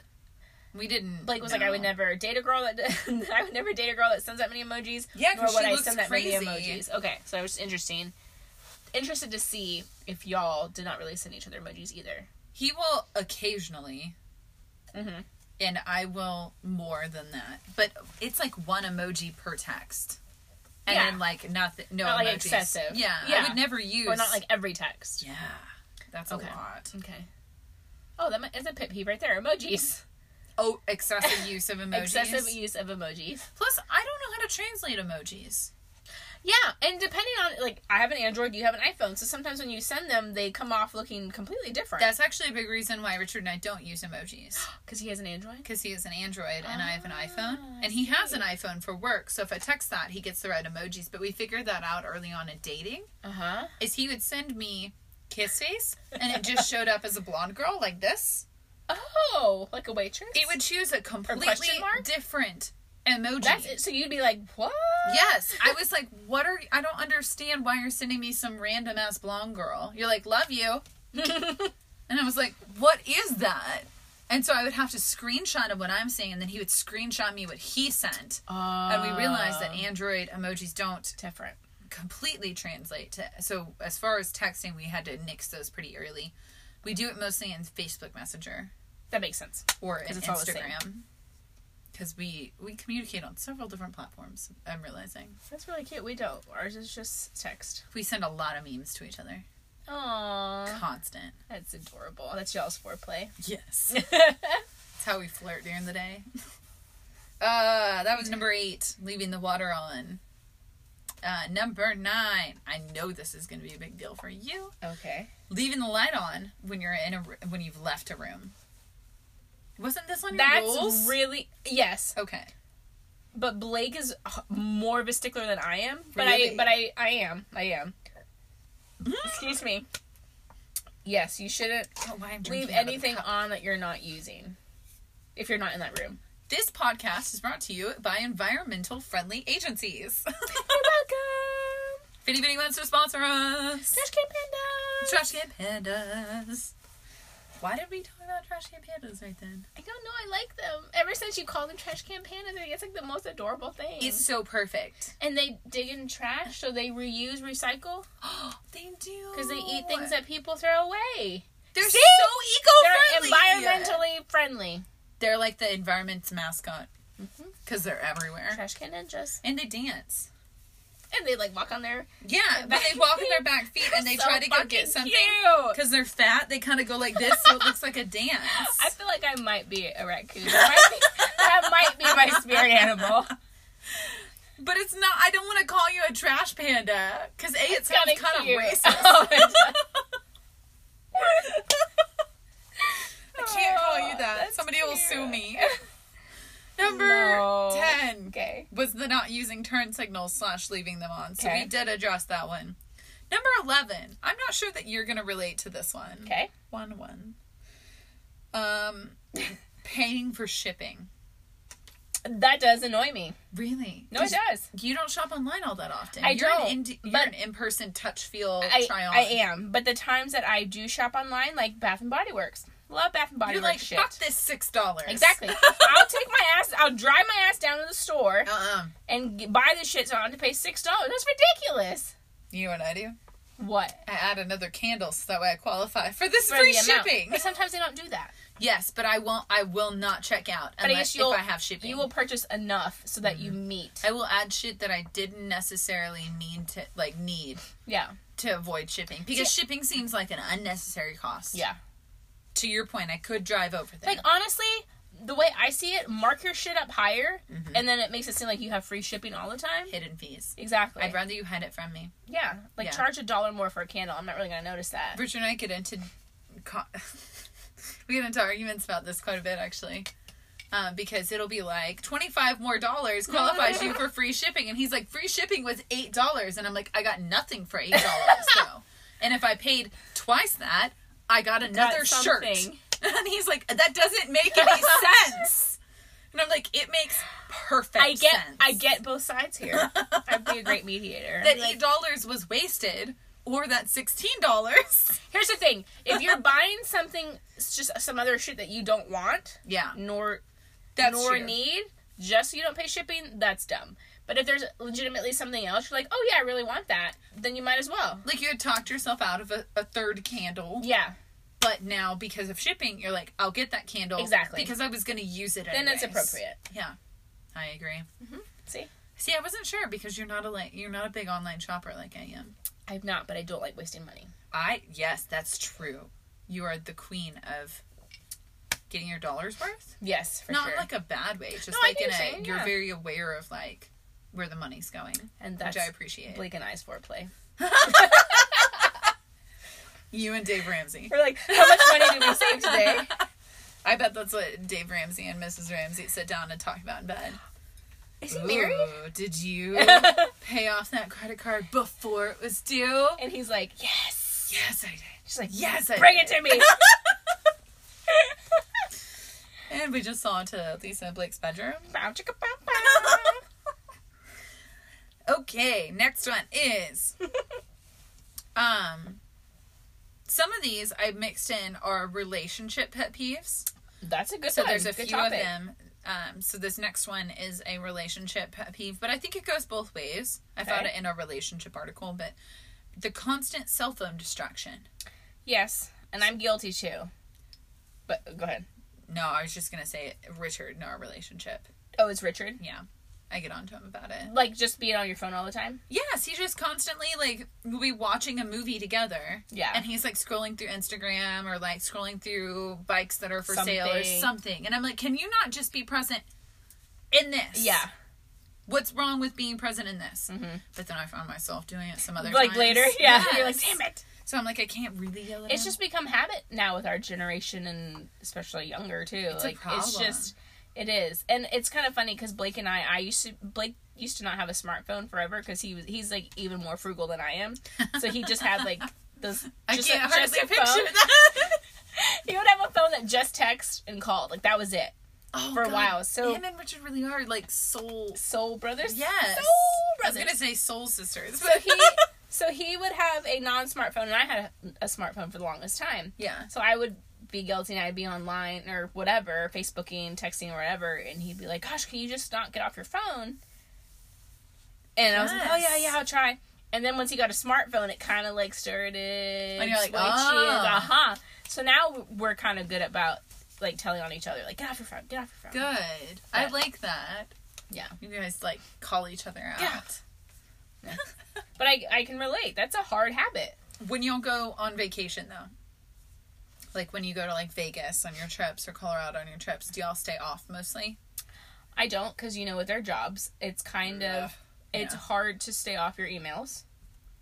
[SPEAKER 1] We didn't.
[SPEAKER 2] Blake was like, I would
[SPEAKER 1] no.
[SPEAKER 2] never date a girl that [LAUGHS] I would never date a girl that sends that many emojis.
[SPEAKER 1] Yeah, 'cause
[SPEAKER 2] nor would
[SPEAKER 1] she
[SPEAKER 2] I
[SPEAKER 1] looks
[SPEAKER 2] send that many
[SPEAKER 1] crazy.
[SPEAKER 2] emojis. Okay, so it was interesting. Interested to see if y'all did not really send each other emojis either.
[SPEAKER 1] He will occasionally,
[SPEAKER 2] Mm-hmm.
[SPEAKER 1] and I will more than that. But it's like one emoji per text, and
[SPEAKER 2] Yeah.
[SPEAKER 1] then like nothing, no
[SPEAKER 2] Not, like,
[SPEAKER 1] emojis.
[SPEAKER 2] excessive.
[SPEAKER 1] Yeah,
[SPEAKER 2] Yeah.
[SPEAKER 1] I would never use.
[SPEAKER 2] Or not like every text.
[SPEAKER 1] Yeah, that's
[SPEAKER 2] Okay.
[SPEAKER 1] a lot.
[SPEAKER 2] Okay. Oh, that might- is a pit peeve right there. Emojis.
[SPEAKER 1] Oh,
[SPEAKER 2] [LAUGHS]
[SPEAKER 1] excessive use of emojis.
[SPEAKER 2] Excessive use of emojis.
[SPEAKER 1] Plus, I don't know how to translate emojis.
[SPEAKER 2] Yeah, and depending on like, I have an Android, you have an iPhone, so sometimes when you send them, they come off looking completely different.
[SPEAKER 1] That's actually a big reason why Richard and I don't use emojis.
[SPEAKER 2] because he has an Android.
[SPEAKER 1] because he is an Android and I have an
[SPEAKER 2] Ah,
[SPEAKER 1] iPhone,
[SPEAKER 2] I
[SPEAKER 1] and he has
[SPEAKER 2] see.
[SPEAKER 1] an iPhone for work. So if I text that, he gets the right emojis. But we figured that out early on in dating.
[SPEAKER 2] Uh huh.
[SPEAKER 1] Is he would send me kiss face, and it just showed up as a blonde girl like this.
[SPEAKER 2] Oh, like a waitress.
[SPEAKER 1] It would choose a completely
[SPEAKER 2] mark?
[SPEAKER 1] different emoji.
[SPEAKER 2] That's it. So you'd be like, what?
[SPEAKER 1] Yes, I was like, "What are? I don't understand why you're sending me some random ass blonde girl." You're like, "Love you," and I was like, "What is that?" And so I would have to screenshot of what I'm saying, and then he would screenshot me what he sent. and we
[SPEAKER 2] Uh,
[SPEAKER 1] realized that android emojis don't
[SPEAKER 2] different.
[SPEAKER 1] completely translate to so as far as texting we had to nix those pretty early we do it mostly in facebook messenger
[SPEAKER 2] That makes sense.
[SPEAKER 1] or in
[SPEAKER 2] 'Cause it's all the same.
[SPEAKER 1] instagram because we we communicate on several different platforms i'm realizing
[SPEAKER 2] That's really cute. We don't. Ours is just text.
[SPEAKER 1] we send a lot of memes to each other
[SPEAKER 2] Aww,
[SPEAKER 1] constant
[SPEAKER 2] that's adorable. That's y'all's foreplay.
[SPEAKER 1] [LAUGHS]
[SPEAKER 2] [LAUGHS]
[SPEAKER 1] yes it's how we flirt during the day [LAUGHS] uh that was number eight leaving the water on uh number nine i know this is gonna be a big deal for you
[SPEAKER 2] okay.
[SPEAKER 1] leaving the light on when you're in a r- when you've left a room. Wasn't this one your
[SPEAKER 2] That's
[SPEAKER 1] rules?
[SPEAKER 2] really yes.
[SPEAKER 1] okay.
[SPEAKER 2] But Blake is h- more of a stickler than I am. But I
[SPEAKER 1] Really?
[SPEAKER 2] but I I am I am. Excuse me. Yes, you shouldn't
[SPEAKER 1] Oh, why I'm
[SPEAKER 2] Mm-hmm. leave
[SPEAKER 1] drinking out of the
[SPEAKER 2] anything
[SPEAKER 1] cup.
[SPEAKER 2] on that you're not using. If you're not in that
[SPEAKER 1] [LAUGHS]
[SPEAKER 2] room.
[SPEAKER 1] This podcast is brought to you by environmental friendly agencies. [LAUGHS]
[SPEAKER 2] You're welcome.
[SPEAKER 1] if anybody wants to sponsor us,
[SPEAKER 2] Trash can panda.
[SPEAKER 1] Trash Can Pandas. Why did we talk about Trash Can Pandas right then?
[SPEAKER 2] I don't know. I like them. Ever since you called them trash can pandas, I think it's like the most adorable thing.
[SPEAKER 1] It's so perfect.
[SPEAKER 2] and they dig in trash, so they reuse, recycle,
[SPEAKER 1] [GASPS] they do
[SPEAKER 2] because they eat things that people throw away.
[SPEAKER 1] they're
[SPEAKER 2] See?
[SPEAKER 1] so
[SPEAKER 2] They're
[SPEAKER 1] eco friendly.
[SPEAKER 2] environmentally friendly.
[SPEAKER 1] They're like the environment's mascot
[SPEAKER 2] Mhm.
[SPEAKER 1] because they're everywhere
[SPEAKER 2] Trash can ninjas.
[SPEAKER 1] and they dance.
[SPEAKER 2] And they like walk on their.
[SPEAKER 1] Yeah, but they walk on their back feet and they
[SPEAKER 2] So
[SPEAKER 1] try to go
[SPEAKER 2] fucking
[SPEAKER 1] get something
[SPEAKER 2] Cute.
[SPEAKER 1] because they're fat. They kind of go like this, so it looks like a dance.
[SPEAKER 2] I feel like I might be a raccoon. That might be, that might be my spirit animal. [LAUGHS]
[SPEAKER 1] But it's not. I don't want to call you a trash panda because a it sounds
[SPEAKER 2] Kinda
[SPEAKER 1] kind of
[SPEAKER 2] cute.
[SPEAKER 1] racist.
[SPEAKER 2] [LAUGHS] Oh, it does.
[SPEAKER 1] I can't call you
[SPEAKER 2] Aw,
[SPEAKER 1] that.
[SPEAKER 2] Oh, that's
[SPEAKER 1] Somebody will sue
[SPEAKER 2] cute.
[SPEAKER 1] me. [LAUGHS] Number
[SPEAKER 2] No.
[SPEAKER 1] ten
[SPEAKER 2] Okay.
[SPEAKER 1] was the not using turn signals slash leaving them on. So
[SPEAKER 2] Okay.
[SPEAKER 1] we did address that one. Number eleven. I'm not sure that you're gonna relate to this one.
[SPEAKER 2] Okay.
[SPEAKER 1] One one. Um, paying for shipping.
[SPEAKER 2] That does annoy me.
[SPEAKER 1] Really?
[SPEAKER 2] No, it does.
[SPEAKER 1] You don't shop online all that often.
[SPEAKER 2] I
[SPEAKER 1] you're
[SPEAKER 2] don't,
[SPEAKER 1] An in- you're
[SPEAKER 2] but-
[SPEAKER 1] an in-person touch feel
[SPEAKER 2] I,
[SPEAKER 1] try on.
[SPEAKER 2] I am, but the times that I do shop online, like Bath and Body Works, love Bath and Body
[SPEAKER 1] You're
[SPEAKER 2] Works
[SPEAKER 1] like,
[SPEAKER 2] shit.
[SPEAKER 1] fuck this six dollars. [LAUGHS]
[SPEAKER 2] Exactly. I'll take my ass. I'll drive my ass down to the store
[SPEAKER 1] Uh-uh.
[SPEAKER 2] and g buy this shit, so I don't have to pay six dollars. That's ridiculous.
[SPEAKER 1] You know what I do?
[SPEAKER 2] What?
[SPEAKER 1] I add another candle so that way I qualify for this
[SPEAKER 2] For
[SPEAKER 1] free
[SPEAKER 2] the amount.
[SPEAKER 1] shipping.
[SPEAKER 2] But sometimes they don't do that.
[SPEAKER 1] Yes, but I won't. I will not check out
[SPEAKER 2] I
[SPEAKER 1] unless
[SPEAKER 2] guess you'll-
[SPEAKER 1] if I have shipping.
[SPEAKER 2] You will purchase enough so that you
[SPEAKER 1] Mm-hmm.
[SPEAKER 2] meet.
[SPEAKER 1] I will add shit that I didn't necessarily need to like need
[SPEAKER 2] Yeah.
[SPEAKER 1] to avoid shipping because shipping seems like an unnecessary cost.
[SPEAKER 2] Yeah.
[SPEAKER 1] To your point, I could drive over there.
[SPEAKER 2] Like honestly, the way I see it, mark your shit up higher,
[SPEAKER 1] Mm-hmm.
[SPEAKER 2] and then it makes it seem like you have free shipping all the time.
[SPEAKER 1] hidden fees.
[SPEAKER 2] Exactly.
[SPEAKER 1] I'd rather you hide it from me.
[SPEAKER 2] yeah. Like
[SPEAKER 1] Yeah.
[SPEAKER 2] charge a dollar more for a candle. I'm not really gonna notice that.
[SPEAKER 1] Richard and I get into co- [LAUGHS] we get into arguments about this quite a bit actually. Um, because it'll be like twenty five more dollars qualifies you for free shipping, and he's like, free shipping was eight dollars, and I'm like, I got nothing for eight dollars
[SPEAKER 2] [LAUGHS]
[SPEAKER 1] though, and if I paid twice that, I got
[SPEAKER 2] Got
[SPEAKER 1] another shirt,
[SPEAKER 2] something.
[SPEAKER 1] [LAUGHS] and he's like, that doesn't make
[SPEAKER 2] [LAUGHS]
[SPEAKER 1] any sense, and I'm like, it makes perfect.
[SPEAKER 2] I get
[SPEAKER 1] sense.
[SPEAKER 2] I get both sides here. I'd be a great mediator.
[SPEAKER 1] that
[SPEAKER 2] Like,
[SPEAKER 1] eight dollars was wasted, or that sixteen
[SPEAKER 2] [LAUGHS]
[SPEAKER 1] dollars.
[SPEAKER 2] here's the thing: if you're buying something, it's just some other shit that you don't want,
[SPEAKER 1] Yeah,
[SPEAKER 2] nor
[SPEAKER 1] that's
[SPEAKER 2] nor
[SPEAKER 1] true.
[SPEAKER 2] need, just so you don't pay shipping, that's dumb. But if there's legitimately something else, you're like, oh yeah, I really want that, then you might as well.
[SPEAKER 1] like you had talked yourself out of a, a third candle
[SPEAKER 2] Yeah,
[SPEAKER 1] but now because of shipping you're like i'll get that candle
[SPEAKER 2] Exactly.
[SPEAKER 1] because i was gonna use it
[SPEAKER 2] then it's
[SPEAKER 1] anyways.
[SPEAKER 2] appropriate.
[SPEAKER 1] yeah i agree
[SPEAKER 2] See,
[SPEAKER 1] see i wasn't sure because you're not a like you're not a big online shopper like i am
[SPEAKER 2] I'm not, but I don't like wasting money.
[SPEAKER 1] i yes that's true you are the queen of getting your dollars worth
[SPEAKER 2] Yes, for
[SPEAKER 1] not
[SPEAKER 2] sure.
[SPEAKER 1] in like a bad way just
[SPEAKER 2] No, I
[SPEAKER 1] like
[SPEAKER 2] get
[SPEAKER 1] in a
[SPEAKER 2] what you're saying,
[SPEAKER 1] you're
[SPEAKER 2] yeah.
[SPEAKER 1] very aware of like where the money's going
[SPEAKER 2] and that's
[SPEAKER 1] which i appreciate
[SPEAKER 2] Blake and I's foreplay.
[SPEAKER 1] you and dave ramsey
[SPEAKER 2] We're like, how much money did we save today?
[SPEAKER 1] i bet that's what dave ramsey and mrs ramsey sit down and talk about in bed
[SPEAKER 2] [LAUGHS] Is he married?
[SPEAKER 1] Ooh, Did
[SPEAKER 2] [LAUGHS]
[SPEAKER 1] you pay off that credit card before it was due?
[SPEAKER 2] and he's like, yes.
[SPEAKER 1] Yes, I did.
[SPEAKER 2] She's like,
[SPEAKER 1] Yes, I
[SPEAKER 2] bring
[SPEAKER 1] did.
[SPEAKER 2] it to me.
[SPEAKER 1] And we just saw into Lisa and Blake's
[SPEAKER 2] [LAUGHS]
[SPEAKER 1] bedroom.
[SPEAKER 2] Bow, chicka, bow,
[SPEAKER 1] [LAUGHS]
[SPEAKER 2] bow.
[SPEAKER 1] Okay, next one
[SPEAKER 2] [LAUGHS]
[SPEAKER 1] is um some of these I mixed in are relationship pet peeves.
[SPEAKER 2] That's a good.
[SPEAKER 1] So
[SPEAKER 2] one.
[SPEAKER 1] there's a
[SPEAKER 2] Good
[SPEAKER 1] few
[SPEAKER 2] topic.
[SPEAKER 1] of them. Um, so this next one is a relationship pet peeve, but I think it goes both ways. I found
[SPEAKER 2] Okay.
[SPEAKER 1] it in a relationship article, but the constant cell phone distraction.
[SPEAKER 2] Yes, and I'm guilty too. But go ahead.
[SPEAKER 1] No, I was just gonna say Richard in our relationship.
[SPEAKER 2] Oh, it's Richard.
[SPEAKER 1] Yeah, I get on to him about it.
[SPEAKER 2] Like just being on your phone all the time.
[SPEAKER 1] Yes, he just constantly like we'll be watching a movie together,
[SPEAKER 2] Yeah.
[SPEAKER 1] and he's like scrolling through Instagram or like scrolling through bikes that are for sale or
[SPEAKER 2] Something.
[SPEAKER 1] something. And I'm like, can you not just be present in this?
[SPEAKER 2] yeah. Mm-hmm.
[SPEAKER 1] What's wrong with being present in this? But then I found myself doing it some other
[SPEAKER 2] Like
[SPEAKER 1] times.
[SPEAKER 2] later. [LAUGHS] Yeah.
[SPEAKER 1] Yes.
[SPEAKER 2] You're like, damn it.
[SPEAKER 1] So I'm like, I can't really yell at
[SPEAKER 2] It's
[SPEAKER 1] him.
[SPEAKER 2] just become habit now with our generation and especially younger too.
[SPEAKER 1] It's a
[SPEAKER 2] like it's
[SPEAKER 1] problem.
[SPEAKER 2] just it is. And it's kind of funny cuz Blake and I I used to Blake used to not have a smartphone forever cuz he was he's like even more frugal than I am. So he just had like those
[SPEAKER 1] [LAUGHS] I
[SPEAKER 2] just,
[SPEAKER 1] can't
[SPEAKER 2] just
[SPEAKER 1] hardly
[SPEAKER 2] a
[SPEAKER 1] picture
[SPEAKER 2] phone.
[SPEAKER 1] that.
[SPEAKER 2] He would have a phone that just text and called. Like that was it.
[SPEAKER 1] oh,
[SPEAKER 2] [LAUGHS] For a
[SPEAKER 1] God.
[SPEAKER 2] while, so-
[SPEAKER 1] him and Richard really are like soul
[SPEAKER 2] Soul Brothers.
[SPEAKER 1] Yes.
[SPEAKER 2] Soul
[SPEAKER 1] I was
[SPEAKER 2] Brothers.
[SPEAKER 1] gonna say Soul Sisters,
[SPEAKER 2] So
[SPEAKER 1] but
[SPEAKER 2] he [LAUGHS] so he would have a non-smartphone and I had a, a smartphone for the longest time.
[SPEAKER 1] [LAUGHS] yeah,
[SPEAKER 2] So I would be guilty and I'd be online or whatever, Facebooking, texting, or whatever, and he'd be like, Gosh, can you just not get off your phone? And I was like, Oh yeah,
[SPEAKER 1] Yes.
[SPEAKER 2] yeah, I'll try. And then once he got a smartphone, it kind of like started.
[SPEAKER 1] And you're like, "Oh."
[SPEAKER 2] uh huh. So now we're kind of good about like telling on each other, like, get off your phone, get off your phone.
[SPEAKER 1] good. I
[SPEAKER 2] But-
[SPEAKER 1] like that.
[SPEAKER 2] Yeah.
[SPEAKER 1] you guys like call each other out.
[SPEAKER 2] Yeah. But I, I can relate. That's a hard habit.
[SPEAKER 1] When y'all go on vacation though, like when you go to like Vegas on your trips or Colorado on your trips, do y'all stay off mostly?
[SPEAKER 2] I don't because you know with their jobs, it's kind of it's
[SPEAKER 1] Yeah.
[SPEAKER 2] hard to stay off your emails.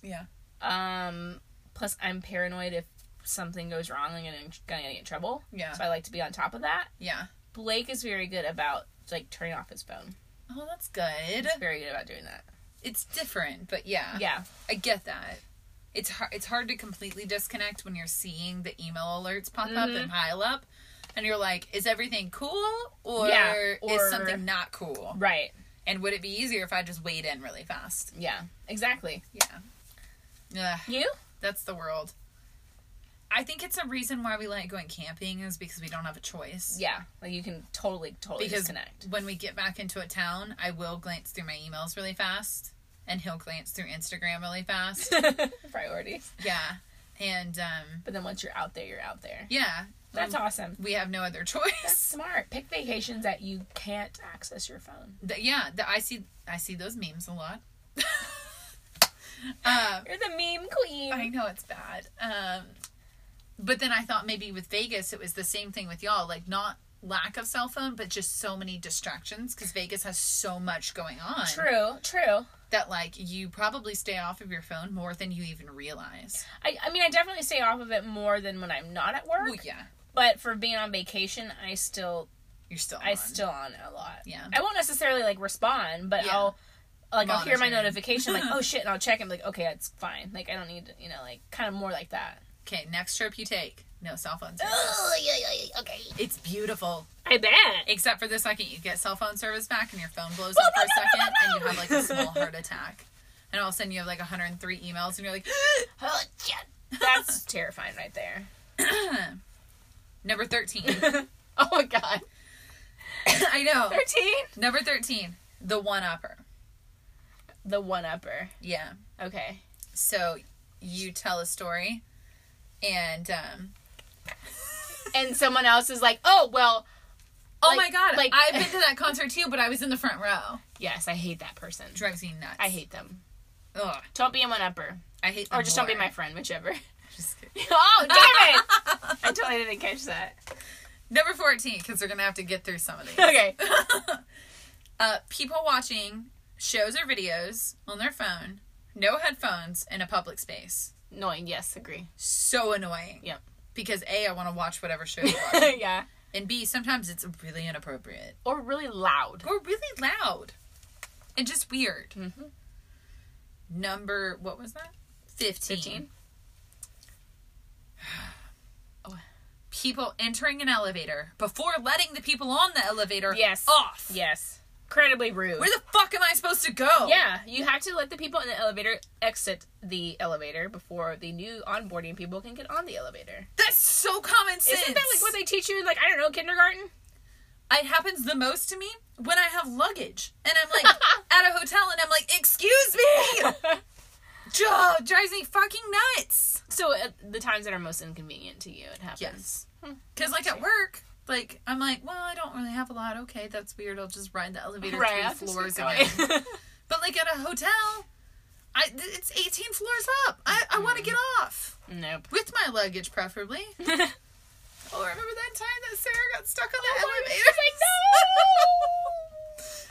[SPEAKER 1] Yeah.
[SPEAKER 2] Um, plus, I'm paranoid if something goes wrong, I'm gonna, gonna get in trouble.
[SPEAKER 1] Yeah.
[SPEAKER 2] So I like to be on top of that.
[SPEAKER 1] Yeah.
[SPEAKER 2] Blake is very good about like turning off his phone.
[SPEAKER 1] Oh, that's good.
[SPEAKER 2] He's very good about doing that.
[SPEAKER 1] It's different, but yeah,
[SPEAKER 2] Yeah,
[SPEAKER 1] I get that. It's hard. It's hard to completely disconnect when you're seeing the email alerts pop up
[SPEAKER 2] Mhm.
[SPEAKER 1] and pile up. and you're like, is everything cool or,
[SPEAKER 2] Yeah, or-
[SPEAKER 1] is something not cool?
[SPEAKER 2] Right.
[SPEAKER 1] And would it be easier if I just weighed in really fast?
[SPEAKER 2] Yeah. Exactly.
[SPEAKER 1] Yeah. Yeah,
[SPEAKER 2] You?
[SPEAKER 1] that's the world. I think it's a reason why we like going camping is because we don't have a choice.
[SPEAKER 2] Yeah. Like you can totally, totally
[SPEAKER 1] Because [LAUGHS]
[SPEAKER 2] disconnect.
[SPEAKER 1] when we get back into a town, I will glance through my emails really fast, and he'll glance through Instagram really fast.
[SPEAKER 2] [LAUGHS] Priorities.
[SPEAKER 1] yeah, and um,
[SPEAKER 2] But then once you're out there, you're out there.
[SPEAKER 1] yeah,
[SPEAKER 2] That's
[SPEAKER 1] um,
[SPEAKER 2] awesome.
[SPEAKER 1] We have no other [LAUGHS]
[SPEAKER 2] That's
[SPEAKER 1] choice.
[SPEAKER 2] smart. Pick vacations that you can't access your phone.
[SPEAKER 1] Th- yeah, the, I see. I see those memes a lot. [LAUGHS] um,
[SPEAKER 2] You're the meme queen.
[SPEAKER 1] I know it's bad. Um, but then I thought maybe with Vegas it was the same thing with y'all, like not lack of cell phone, but just so many distractions because Vegas has so much going on
[SPEAKER 2] True, true.
[SPEAKER 1] that like you probably stay off of your phone more than you even realize.
[SPEAKER 2] I, I mean, I definitely stay off of it more than when I'm not at work.
[SPEAKER 1] Oh yeah,
[SPEAKER 2] But for being on vacation, I still
[SPEAKER 1] you're still.
[SPEAKER 2] I
[SPEAKER 1] on.
[SPEAKER 2] still on it a lot.
[SPEAKER 1] Yeah.
[SPEAKER 2] I won't necessarily like respond, but
[SPEAKER 1] Yeah.
[SPEAKER 2] I'll like I'll hear my
[SPEAKER 1] Monitoring.
[SPEAKER 2] notification like
[SPEAKER 1] [LAUGHS]
[SPEAKER 2] oh shit, and I'll check and be like okay, it's fine. Like I don't need to, you know like kind of more
[SPEAKER 1] [GASPS]
[SPEAKER 2] like that.
[SPEAKER 1] Okay, next trip you take, no cell phones.
[SPEAKER 2] Ugh, yeah, yeah, yeah, okay.
[SPEAKER 1] It's beautiful,
[SPEAKER 2] I bet.
[SPEAKER 1] except for the second you get cell phone service back and your phone blows up for a second and you have like a small heart attack, and all of a sudden you have like 103 emails and you're like. [GASPS]
[SPEAKER 2] Oh, yeah.
[SPEAKER 1] [LAUGHS]
[SPEAKER 2] That's terrifying right there.
[SPEAKER 1] Number 13.
[SPEAKER 2] [LAUGHS] oh my god.
[SPEAKER 1] I know.
[SPEAKER 2] Thirteen.
[SPEAKER 1] Number 13. The one upper.
[SPEAKER 2] The one upper.
[SPEAKER 1] Yeah.
[SPEAKER 2] Okay.
[SPEAKER 1] So you tell a story and um
[SPEAKER 2] And someone else is like, oh well.
[SPEAKER 1] Oh
[SPEAKER 2] Like-
[SPEAKER 1] my god,
[SPEAKER 2] like-
[SPEAKER 1] I've been to that concert too, but I was in the front row.
[SPEAKER 2] Yes, I hate that person.
[SPEAKER 1] Drugs me nuts.
[SPEAKER 2] I hate them.
[SPEAKER 1] Ugh,
[SPEAKER 2] Don't be a one upper,
[SPEAKER 1] I hate them
[SPEAKER 2] or just don't be
[SPEAKER 1] more.
[SPEAKER 2] my friend, whichever. [LAUGHS]
[SPEAKER 1] Just kidding.
[SPEAKER 2] oh damn it! I totally didn't catch that. [LAUGHS]
[SPEAKER 1] Number 14 cuz we're going to have to get through some of these.
[SPEAKER 2] Okay.
[SPEAKER 1] Uh people watching shows or videos on their phone, no headphones in a public space.
[SPEAKER 2] Annoying. Yes, agree. [LAUGHS]
[SPEAKER 1] So annoying.
[SPEAKER 2] Yep.
[SPEAKER 1] Because A I want to watch whatever show
[SPEAKER 2] [LAUGHS]
[SPEAKER 1] you're watching.
[SPEAKER 2] yeah.
[SPEAKER 1] and B sometimes it's really inappropriate.
[SPEAKER 2] Or really loud.
[SPEAKER 1] or really loud and just weird.
[SPEAKER 2] Mhm.
[SPEAKER 1] Number what was that? 15. [SIGHS]
[SPEAKER 2] Fifteen.
[SPEAKER 1] Oh, People entering an elevator before letting the people on the elevator
[SPEAKER 2] Yes.
[SPEAKER 1] off.
[SPEAKER 2] Yes. Incredibly rude.
[SPEAKER 1] Where the fuck am I supposed to go?
[SPEAKER 2] yeah, you have to let the people in the elevator exit the elevator before the new onboarding people can get on the elevator.
[SPEAKER 1] That's so common sense.
[SPEAKER 2] Isn't that like what they teach you in like I don't
[SPEAKER 1] [LAUGHS]
[SPEAKER 2] know kindergarten? [LAUGHS]
[SPEAKER 1] it happens the most to me when I have luggage and I'm [LAUGHS] like at a hotel and I'm like, "Excuse [LAUGHS] me." Joe drives me fucking nuts.
[SPEAKER 2] so uh, the times that are most inconvenient to you, it happens.
[SPEAKER 1] Yes. Because, like, at work, like, I'm like, well, I don't really have a lot. Okay, that's weird. I'll just ride the elevator
[SPEAKER 2] Right. I'll just
[SPEAKER 1] three
[SPEAKER 2] keep
[SPEAKER 1] floors
[SPEAKER 2] going.
[SPEAKER 1] again.
[SPEAKER 2] [LAUGHS]
[SPEAKER 1] But, like, at a hotel, I th- it's 18 floors up. I, I want to get off
[SPEAKER 2] nope.
[SPEAKER 1] with my luggage, preferably. Oh, remember that time that Sarah got stuck on the
[SPEAKER 2] my
[SPEAKER 1] elevator?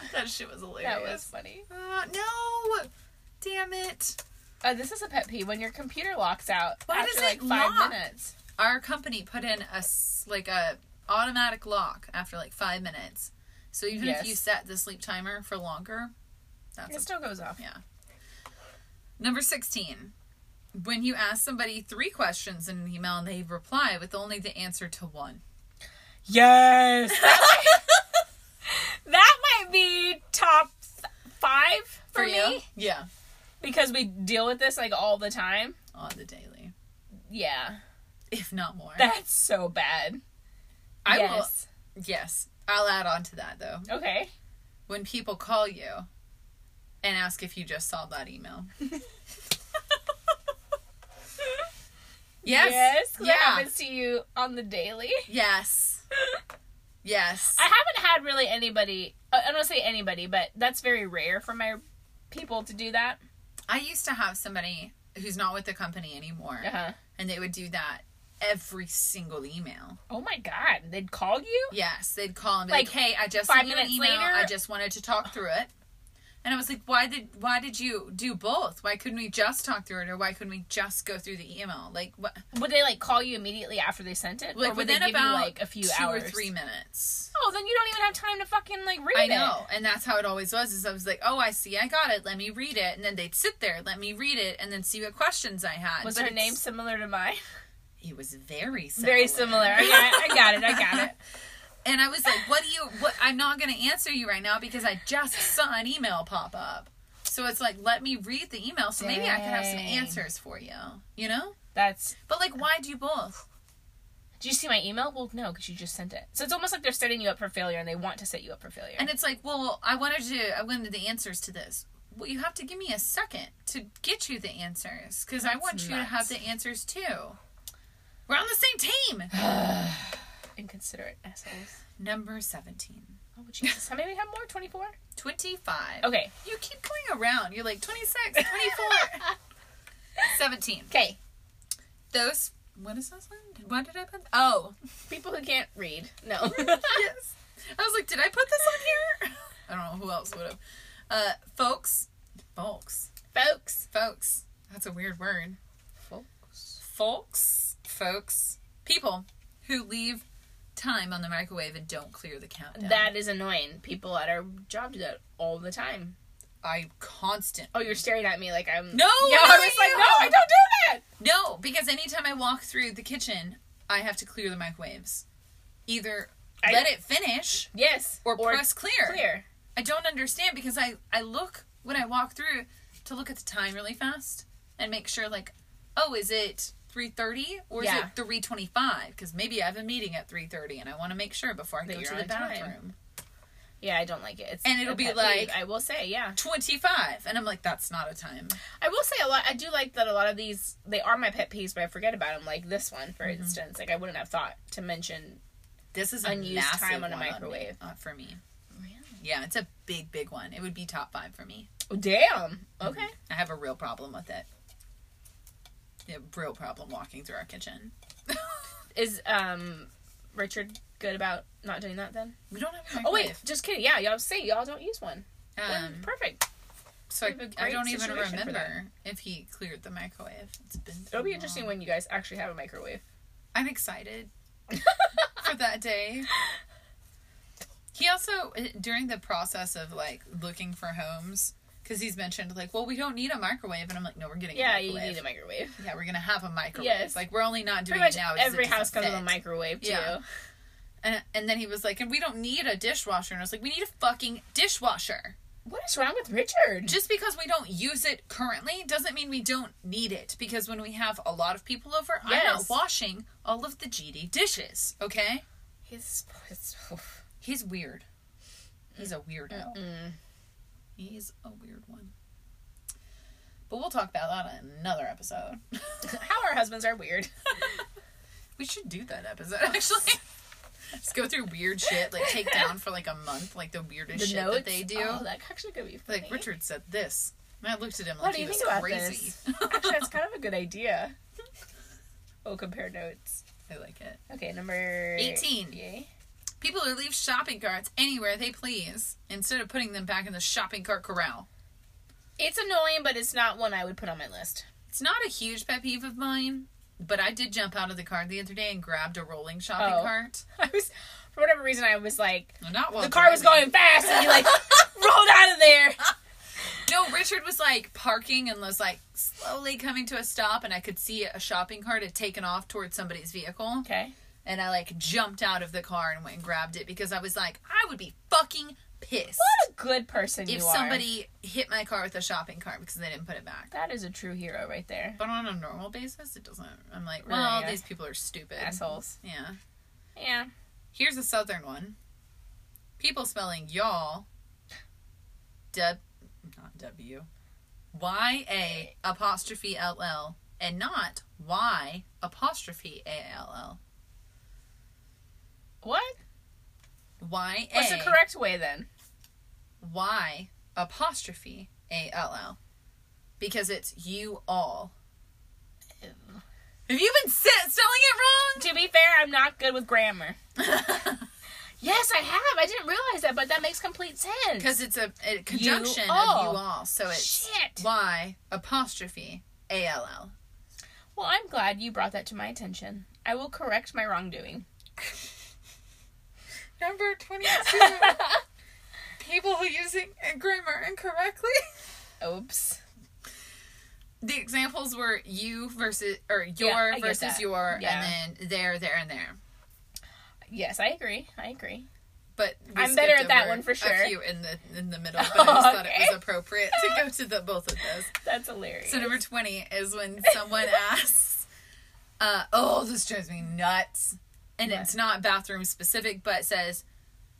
[SPEAKER 2] gosh,
[SPEAKER 1] [LAUGHS] that shit was
[SPEAKER 2] that
[SPEAKER 1] hilarious.
[SPEAKER 2] was funny.
[SPEAKER 1] Uh, no! Damn it.
[SPEAKER 2] Uh, this is a pet peeve when your computer locks out
[SPEAKER 1] Why
[SPEAKER 2] after
[SPEAKER 1] does
[SPEAKER 2] like
[SPEAKER 1] it
[SPEAKER 2] five
[SPEAKER 1] lock?
[SPEAKER 2] minutes.
[SPEAKER 1] our company put in a s- like a automatic lock after like five minutes. So even
[SPEAKER 2] Yes.
[SPEAKER 1] if you set the sleep timer for longer, that's
[SPEAKER 2] It
[SPEAKER 1] a-
[SPEAKER 2] still goes off.
[SPEAKER 1] number sixteen. When you ask somebody three questions in an email and they reply with only the answer to one.
[SPEAKER 2] [LAUGHS] Yes. that might be top th- five for, me
[SPEAKER 1] you? Yeah.
[SPEAKER 2] because we deal with this like all the time.
[SPEAKER 1] On the daily.
[SPEAKER 2] Yeah,
[SPEAKER 1] If not more.
[SPEAKER 2] that's so bad.
[SPEAKER 1] I
[SPEAKER 2] yes.
[SPEAKER 1] will Yes. I'll add on to that though.
[SPEAKER 2] Okay.
[SPEAKER 1] When people call you and ask if you just saw that
[SPEAKER 2] [LAUGHS]
[SPEAKER 1] email.
[SPEAKER 2] Yes.
[SPEAKER 1] Yes.
[SPEAKER 2] 'cause That happens to you on the daily.
[SPEAKER 1] Yes. yes.
[SPEAKER 2] I haven't had really anybody. uh, I don't say anybody, but that's very rare for my people to do that.
[SPEAKER 1] I used to have somebody who's not with the company anymore,
[SPEAKER 2] Uh-huh.
[SPEAKER 1] and they would do that every single email.
[SPEAKER 2] Oh my god, they'd call you.
[SPEAKER 1] Yes, they'd call and be like,
[SPEAKER 2] Like,
[SPEAKER 1] "Hey, I just
[SPEAKER 2] five
[SPEAKER 1] sent you an
[SPEAKER 2] minutes
[SPEAKER 1] email.
[SPEAKER 2] later?
[SPEAKER 1] I just wanted to talk through it." And I was like, "Why did why did you do both? Why couldn't we just talk through it, or why couldn't we just go through the email? Like what?
[SPEAKER 2] Would they like call you immediately after they sent it?
[SPEAKER 1] Like
[SPEAKER 2] or would they
[SPEAKER 1] within
[SPEAKER 2] give you
[SPEAKER 1] about
[SPEAKER 2] like a few
[SPEAKER 1] two
[SPEAKER 2] hours?
[SPEAKER 1] or three minutes."
[SPEAKER 2] Oh, then you don't even have time to fucking like read
[SPEAKER 1] I
[SPEAKER 2] it.
[SPEAKER 1] know, and that's how it always was. Is I was like, "Oh, I see, I got it. Let me read it," and then they'd sit there, let me read it, and then see what questions I had.
[SPEAKER 2] Was
[SPEAKER 1] But
[SPEAKER 2] her
[SPEAKER 1] it's-
[SPEAKER 2] name similar to mine?
[SPEAKER 1] It was [LAUGHS] very similar. [LAUGHS]
[SPEAKER 2] Very [LAUGHS] similar. I got, I got it. I got it.
[SPEAKER 1] And I was like, what do you, what, I'm not going to answer you right now because I just saw an email pop up. So it's like, let me read the email so maybe I can have some
[SPEAKER 2] Dang.
[SPEAKER 1] answers for you, you know?
[SPEAKER 2] That's.
[SPEAKER 1] But like, why do both?
[SPEAKER 2] Did you see my email? Well, no, because you just sent it. So it's almost like they're setting you up for failure, and they want to set you up for failure.
[SPEAKER 1] And it's like, well, I wanted to, I wanted the answers to this. Well, you have to give me a second to get you the answers because I want you to have
[SPEAKER 2] nuts.
[SPEAKER 1] the answers too. We're on the same team. [GASPS]
[SPEAKER 2] Inconsiderate assholes.
[SPEAKER 1] Number 17.
[SPEAKER 2] Oh Jesus! How many we have more? Twenty four.
[SPEAKER 1] 25.
[SPEAKER 2] Okay.
[SPEAKER 1] You keep going around. You're like 26, 24, 17.
[SPEAKER 2] Okay.
[SPEAKER 1] Those. What is this one? Why did I put? Oh,
[SPEAKER 2] People who can't read.
[SPEAKER 1] [LAUGHS]
[SPEAKER 2] No.
[SPEAKER 1] yes. I was like, did I put this on here? [LAUGHS] I don't know who else would have. Uh, folks, folks,
[SPEAKER 2] Folks.
[SPEAKER 1] folks. That's a weird word.
[SPEAKER 2] Folks.
[SPEAKER 1] Folks, folks, people who leave time on the microwave and don't clear the countdown.
[SPEAKER 2] That is annoying. People at our job do that all the time.
[SPEAKER 1] I constant.
[SPEAKER 2] Oh, you're staring at me like I'm.
[SPEAKER 1] No,
[SPEAKER 2] Yeah,
[SPEAKER 1] no,
[SPEAKER 2] I was like,
[SPEAKER 1] you
[SPEAKER 2] no, I
[SPEAKER 1] are.
[SPEAKER 2] don't do that.
[SPEAKER 1] No, because anytime I walk through the kitchen, I have to clear the microwaves. Either
[SPEAKER 2] I-
[SPEAKER 1] let it finish
[SPEAKER 2] Yes.
[SPEAKER 1] or, press clear.
[SPEAKER 2] clear.
[SPEAKER 1] I don't understand because I, I look when I walk through to look at the time really fast and make sure like, oh, is it 3:30 or
[SPEAKER 2] Yeah.
[SPEAKER 1] is it 3:25? Because maybe I have a meeting at 3:30 and I want to make sure before I
[SPEAKER 2] That
[SPEAKER 1] go
[SPEAKER 2] you're
[SPEAKER 1] to
[SPEAKER 2] on
[SPEAKER 1] the
[SPEAKER 2] time.
[SPEAKER 1] bathroom.
[SPEAKER 2] Yeah, I don't like it. It's
[SPEAKER 1] And it'll
[SPEAKER 2] a
[SPEAKER 1] be
[SPEAKER 2] pet peeve,
[SPEAKER 1] like-
[SPEAKER 2] I will say, yeah.
[SPEAKER 1] 25, and I'm like, that's not a time.
[SPEAKER 2] I will say a lot. I do like that a lot of these they are my pet peeves, but I forget about them. Like this one,
[SPEAKER 1] Mm-hmm.
[SPEAKER 2] for instance, like I wouldn't have thought to mention.
[SPEAKER 1] This is a
[SPEAKER 2] Unused
[SPEAKER 1] massive
[SPEAKER 2] time on a
[SPEAKER 1] one me-
[SPEAKER 2] microwave.
[SPEAKER 1] uh, for me. Yeah, it's a big, big one. It would be top five for me. Mm-hmm.
[SPEAKER 2] Oh, damn. Okay.
[SPEAKER 1] I have a real problem with it. Yeah, real problem walking through our kitchen.
[SPEAKER 2] Is um Richard good about not doing that then?
[SPEAKER 1] We don't have a
[SPEAKER 2] Oh wait,
[SPEAKER 1] microwave.
[SPEAKER 2] just kidding. Yeah, y'all say y'all don't use one. Then
[SPEAKER 1] um,
[SPEAKER 2] Perfect.
[SPEAKER 1] so
[SPEAKER 2] we
[SPEAKER 1] I,
[SPEAKER 2] have a
[SPEAKER 1] I
[SPEAKER 2] great
[SPEAKER 1] don't even
[SPEAKER 2] situation for
[SPEAKER 1] remember if he cleared the microwave. It's been. so
[SPEAKER 2] It'll be
[SPEAKER 1] long.
[SPEAKER 2] interesting when you guys actually have
[SPEAKER 1] [LAUGHS]
[SPEAKER 2] a microwave.
[SPEAKER 1] I'm excited for that day.
[SPEAKER 2] [LAUGHS]
[SPEAKER 1] He also uh, during the process of like looking for homes because he's mentioned like, well, we don't need a microwave, and I'm like, no, we're getting
[SPEAKER 2] Yeah,
[SPEAKER 1] a
[SPEAKER 2] you
[SPEAKER 1] microwave.
[SPEAKER 2] need a microwave.
[SPEAKER 1] yeah, we're gonna have a microwave.
[SPEAKER 2] Yes.
[SPEAKER 1] Like we're only not doing
[SPEAKER 2] Pretty much
[SPEAKER 1] it now. because it
[SPEAKER 2] every
[SPEAKER 1] doesn't
[SPEAKER 2] house comes with a
[SPEAKER 1] fit.
[SPEAKER 2] microwave too.
[SPEAKER 1] Yeah. And, and then he was like, and we don't need a dishwasher. And I was like, we need a fucking dishwasher.
[SPEAKER 2] What is wrong with Richard?
[SPEAKER 1] Just because we don't use it currently doesn't mean we don't need it. Because when we have a lot of people over, I'm not
[SPEAKER 2] Yes.
[SPEAKER 1] washing all of the GD dishes, okay?
[SPEAKER 2] He's, he's
[SPEAKER 1] He's weird. He's a weirdo. He's a weird one. But we'll talk about that in another episode. [LAUGHS]
[SPEAKER 2] [LAUGHS] how our husbands are weird.
[SPEAKER 1] we should do that episode, [LAUGHS] actually. Just go through weird shit, like take down for like a month, like the
[SPEAKER 2] [LAUGHS]
[SPEAKER 1] weirdest shit that they do.
[SPEAKER 2] Oh, that actually could be funny.
[SPEAKER 1] Like Richard said this. And I looked at him like
[SPEAKER 2] What do
[SPEAKER 1] he
[SPEAKER 2] you
[SPEAKER 1] was
[SPEAKER 2] think about
[SPEAKER 1] crazy.
[SPEAKER 2] this? Actually, that's kind of a good idea. We'll compare notes.
[SPEAKER 1] [LAUGHS] I like it.
[SPEAKER 2] Okay, number
[SPEAKER 1] 18.
[SPEAKER 2] Yay.
[SPEAKER 1] People who leave shopping carts anywhere they please instead of putting them back in the shopping cart corral.
[SPEAKER 2] It's annoying, but it's not one I would put on my list. [LAUGHS]
[SPEAKER 1] It's not a huge pet peeve of mine, but I did jump out of the car the other day and grabbed a rolling shopping
[SPEAKER 2] Oh.
[SPEAKER 1] cart.
[SPEAKER 2] I was, for whatever reason, I was like,
[SPEAKER 1] No, not while
[SPEAKER 2] the car was
[SPEAKER 1] driving.
[SPEAKER 2] going fast, and you like rolled out of there.
[SPEAKER 1] No, Richard was like parking and was like slowly coming to a stop, and I could see a shopping cart had taken off towards somebody's vehicle.
[SPEAKER 2] Okay.
[SPEAKER 1] And I like jumped out of the car and went and grabbed it because I was like, I would be fucking pissed.
[SPEAKER 2] What a good person
[SPEAKER 1] if
[SPEAKER 2] you are.
[SPEAKER 1] somebody hit my car with a shopping cart because they didn't put it back.
[SPEAKER 2] That is a true hero right there.
[SPEAKER 1] But on a normal basis, it doesn't. I'm like,
[SPEAKER 2] Really,
[SPEAKER 1] well,
[SPEAKER 2] yeah.
[SPEAKER 1] these people are stupid.
[SPEAKER 2] Assholes.
[SPEAKER 1] Yeah.
[SPEAKER 2] Yeah.
[SPEAKER 1] Here's a southern one. People spelling y'all. W, not W. Y A apostrophe L L and not Y apostrophe A L L.
[SPEAKER 2] What?
[SPEAKER 1] Y A.
[SPEAKER 2] What's the correct way then?
[SPEAKER 1] Y apostrophe A L L. Because it's you all. Have you been si- spelling
[SPEAKER 2] To be fair, I'm not good with grammar.
[SPEAKER 1] it
[SPEAKER 2] [LAUGHS]
[SPEAKER 1] wrong?
[SPEAKER 2] Yes, I have. I didn't realize that, but that makes complete sense.
[SPEAKER 1] Because it's a, a conjunction of
[SPEAKER 2] all.
[SPEAKER 1] you all. So it's
[SPEAKER 2] Shit.
[SPEAKER 1] Y apostrophe A L
[SPEAKER 2] [LAUGHS]
[SPEAKER 1] L.
[SPEAKER 2] Well, I'm glad you brought that to my attention. I will correct my wrongdoing.
[SPEAKER 1] Number 22. [LAUGHS] People who using grammar incorrectly.
[SPEAKER 2] Oops.
[SPEAKER 1] the examples were you versus or
[SPEAKER 2] Yeah,
[SPEAKER 1] your
[SPEAKER 2] I get
[SPEAKER 1] versus
[SPEAKER 2] that.
[SPEAKER 1] your
[SPEAKER 2] Yeah.
[SPEAKER 1] and then there there and there
[SPEAKER 2] Yes, I agree. I agree.
[SPEAKER 1] but we
[SPEAKER 2] I'm better
[SPEAKER 1] skipped
[SPEAKER 2] at that
[SPEAKER 1] over
[SPEAKER 2] one for sure.
[SPEAKER 1] a few in the in the middle but
[SPEAKER 2] [LAUGHS]
[SPEAKER 1] i just thought it
[SPEAKER 2] Okay.
[SPEAKER 1] was appropriate to go to the both of those
[SPEAKER 2] That's hilarious.
[SPEAKER 1] so number 20 is when
[SPEAKER 2] [LAUGHS]
[SPEAKER 1] someone asks uh, oh this drives me nuts and
[SPEAKER 2] What?
[SPEAKER 1] it's not bathroom specific but says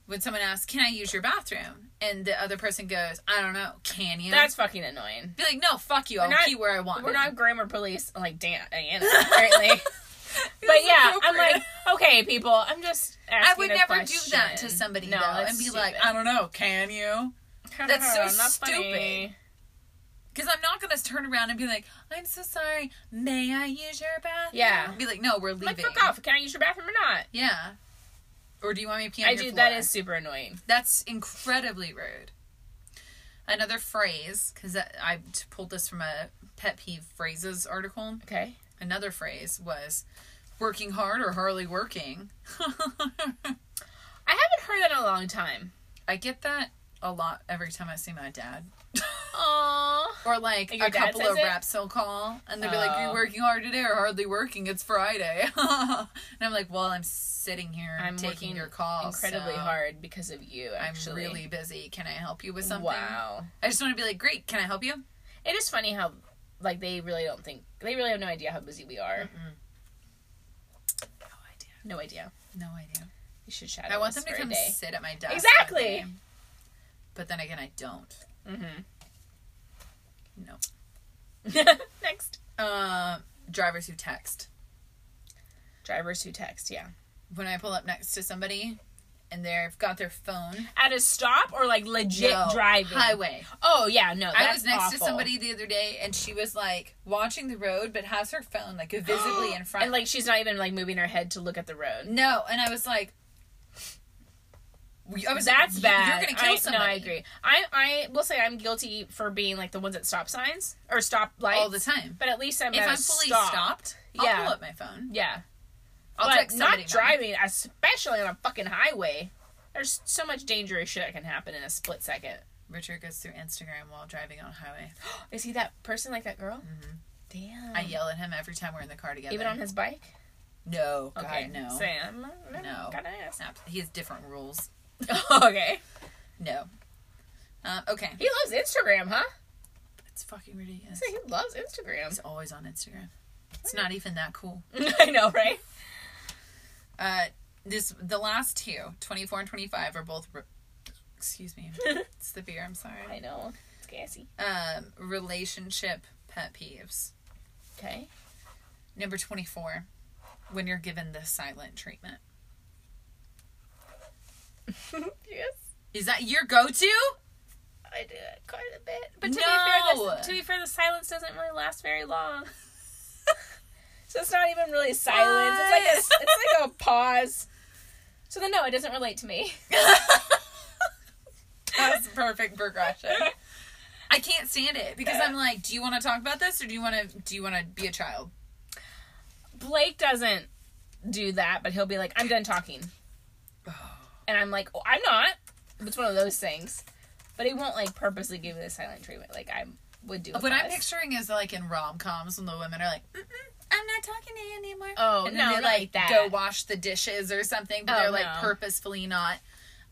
[SPEAKER 1] when someone asks can i use your bathroom and the other person goes i don't know can you
[SPEAKER 2] That's fucking annoying.
[SPEAKER 1] be like no fuck you
[SPEAKER 2] We're
[SPEAKER 1] i'll
[SPEAKER 2] not-
[SPEAKER 1] pee where i want
[SPEAKER 2] We're
[SPEAKER 1] to." [LAUGHS]
[SPEAKER 2] not grammar police like Dan Diana, apparently. but yeah, I'm like,
[SPEAKER 1] [LAUGHS]
[SPEAKER 2] okay, people, I'm just
[SPEAKER 1] I
[SPEAKER 2] asking
[SPEAKER 1] would
[SPEAKER 2] a
[SPEAKER 1] never do that
[SPEAKER 2] question.
[SPEAKER 1] to somebody
[SPEAKER 2] no,
[SPEAKER 1] though,
[SPEAKER 2] that's
[SPEAKER 1] and be like,
[SPEAKER 2] stupid.
[SPEAKER 1] I don't know, can you? that's so
[SPEAKER 2] Not
[SPEAKER 1] stupid.
[SPEAKER 2] funny.
[SPEAKER 1] Because I'm not gonna turn around and be like, I'm so sorry, may I use your bathroom?
[SPEAKER 2] Yeah.
[SPEAKER 1] Be like, no, we're
[SPEAKER 2] I'm
[SPEAKER 1] leaving.
[SPEAKER 2] like, fuck off. Can I use your bathroom or not?
[SPEAKER 1] Yeah. Or do you want me to pee on
[SPEAKER 2] I
[SPEAKER 1] your
[SPEAKER 2] do.
[SPEAKER 1] floor?
[SPEAKER 2] That is super annoying.
[SPEAKER 1] That's incredibly rude. Another phrase, because I t- pulled this from a pet peeve phrases article.
[SPEAKER 2] Okay.
[SPEAKER 1] Another phrase was working hard or hardly working. [LAUGHS]
[SPEAKER 2] I haven't heard that in a long time.
[SPEAKER 1] I get that a lot every time I see my dad. [LAUGHS]
[SPEAKER 2] Aww.
[SPEAKER 1] Or like
[SPEAKER 2] Like your
[SPEAKER 1] a
[SPEAKER 2] dad
[SPEAKER 1] couple of
[SPEAKER 2] says it?
[SPEAKER 1] reps he'll call and they'll be like, Are
[SPEAKER 2] Oh.
[SPEAKER 1] you working hard today or hardly working? It's Friday. [LAUGHS] and I'm like, Well, I'm sitting here
[SPEAKER 2] I'm
[SPEAKER 1] taking
[SPEAKER 2] working
[SPEAKER 1] your call.
[SPEAKER 2] Incredibly
[SPEAKER 1] so
[SPEAKER 2] hard because of you. Actually,
[SPEAKER 1] I'm really busy. Can I help you with something?
[SPEAKER 2] wow.
[SPEAKER 1] I just want to be like, Great, can I help you?
[SPEAKER 2] It is funny how like they really don't think they really have no idea how busy we are.
[SPEAKER 1] No idea.
[SPEAKER 2] No idea.
[SPEAKER 1] No idea.
[SPEAKER 2] You should shout.
[SPEAKER 1] Mm-hmm. I want them to
[SPEAKER 2] for
[SPEAKER 1] come
[SPEAKER 2] a day.
[SPEAKER 1] sit at my desk. with
[SPEAKER 2] Exactly.
[SPEAKER 1] me. But then again I don't.
[SPEAKER 2] Mm-hmm. [LAUGHS]
[SPEAKER 1] No.
[SPEAKER 2] Next, Um,
[SPEAKER 1] Uh, drivers who text.
[SPEAKER 2] drivers who text. Yeah,
[SPEAKER 1] When I pull up next to somebody and they've got their phone
[SPEAKER 2] at a stop or like legit
[SPEAKER 1] No,
[SPEAKER 2] driving.
[SPEAKER 1] highway.
[SPEAKER 2] Oh yeah, no. That's
[SPEAKER 1] I was next to
[SPEAKER 2] awful.
[SPEAKER 1] somebody the other day, and she was like watching the road, but has her phone like visibly
[SPEAKER 2] [GASPS]
[SPEAKER 1] in front.
[SPEAKER 2] and like she's not even like moving her head to look at the road.
[SPEAKER 1] no, and I was like, I was like,
[SPEAKER 2] That's
[SPEAKER 1] "You-
[SPEAKER 2] bad.
[SPEAKER 1] You're gonna kill
[SPEAKER 2] I,
[SPEAKER 1] somebody.
[SPEAKER 2] No, I agree. I I will say I'm guilty for being like the ones at stop signs or stop lights
[SPEAKER 1] all the time.
[SPEAKER 2] But at least I'm
[SPEAKER 1] if
[SPEAKER 2] at a
[SPEAKER 1] I'm fully
[SPEAKER 2] stop.
[SPEAKER 1] stopped, I'll
[SPEAKER 2] Yeah.
[SPEAKER 1] pull up my phone.
[SPEAKER 2] Yeah,
[SPEAKER 1] I'll
[SPEAKER 2] but
[SPEAKER 1] text somebody.
[SPEAKER 2] not
[SPEAKER 1] mine.
[SPEAKER 2] driving, especially on a fucking highway. There's so much dangerous shit that can happen in a split second.
[SPEAKER 1] Richard goes through Instagram while driving on highway.
[SPEAKER 2] Is he that person like that girl? Damn.
[SPEAKER 1] Mm-hmm. I yell at him every time we're in the car together.
[SPEAKER 2] Hmm. Even on his bike?
[SPEAKER 1] no, God,
[SPEAKER 2] Okay.
[SPEAKER 1] no.
[SPEAKER 2] Sam.
[SPEAKER 1] No.
[SPEAKER 2] Gotta ask. [LAUGHS]
[SPEAKER 1] Snap. He has different rules.
[SPEAKER 2] okay.
[SPEAKER 1] No. Uh, okay,
[SPEAKER 2] He loves Instagram, huh?
[SPEAKER 1] it's fucking ridiculous.
[SPEAKER 2] [LAUGHS] He loves Instagram. [LAUGHS]
[SPEAKER 1] He's always on Instagram. It's not even that cool.
[SPEAKER 2] I know, right?
[SPEAKER 1] Uh, this the last two, 24 and 25 are both re- excuse
[SPEAKER 2] [LAUGHS]
[SPEAKER 1] me. it's the beer, I'm
[SPEAKER 2] I
[SPEAKER 1] sorry.
[SPEAKER 2] know. It's gassy.
[SPEAKER 1] Um relationship pet peeves.
[SPEAKER 2] Okay.
[SPEAKER 1] Number 24, when you're given the silent treatment.
[SPEAKER 2] [LAUGHS] yes.
[SPEAKER 1] Is that your go-to? [LAUGHS]
[SPEAKER 2] I do it quite a bit. But to be fair,
[SPEAKER 1] No.
[SPEAKER 2] this, to be fair, the silence doesn't really last very [LAUGHS] long. so it's not even really silence. It's like a,
[SPEAKER 1] What?
[SPEAKER 2] it's like a pause. So then, no, it doesn't relate to me.
[SPEAKER 1] That's perfect progression. I can't stand it because I'm like, do you want to talk about this or do you want to do you want to be a child?
[SPEAKER 2] Blake doesn't do that, but he'll be like, "I'm done talking," [SIGHS] and I'm like, oh, "I'm not." It's one of those things. But he won't like purposely give me the silent treatment like I would do.
[SPEAKER 1] What
[SPEAKER 2] if I
[SPEAKER 1] I'm
[SPEAKER 2] was-
[SPEAKER 1] picturing is like in rom-coms when the women are like, Mm-mm, I'm not talking to you anymore.
[SPEAKER 2] Oh
[SPEAKER 1] and
[SPEAKER 2] no,
[SPEAKER 1] then they
[SPEAKER 2] not
[SPEAKER 1] like
[SPEAKER 2] like that.
[SPEAKER 1] go wash the dishes or something, but
[SPEAKER 2] Oh,
[SPEAKER 1] they're like
[SPEAKER 2] no.
[SPEAKER 1] purposefully not.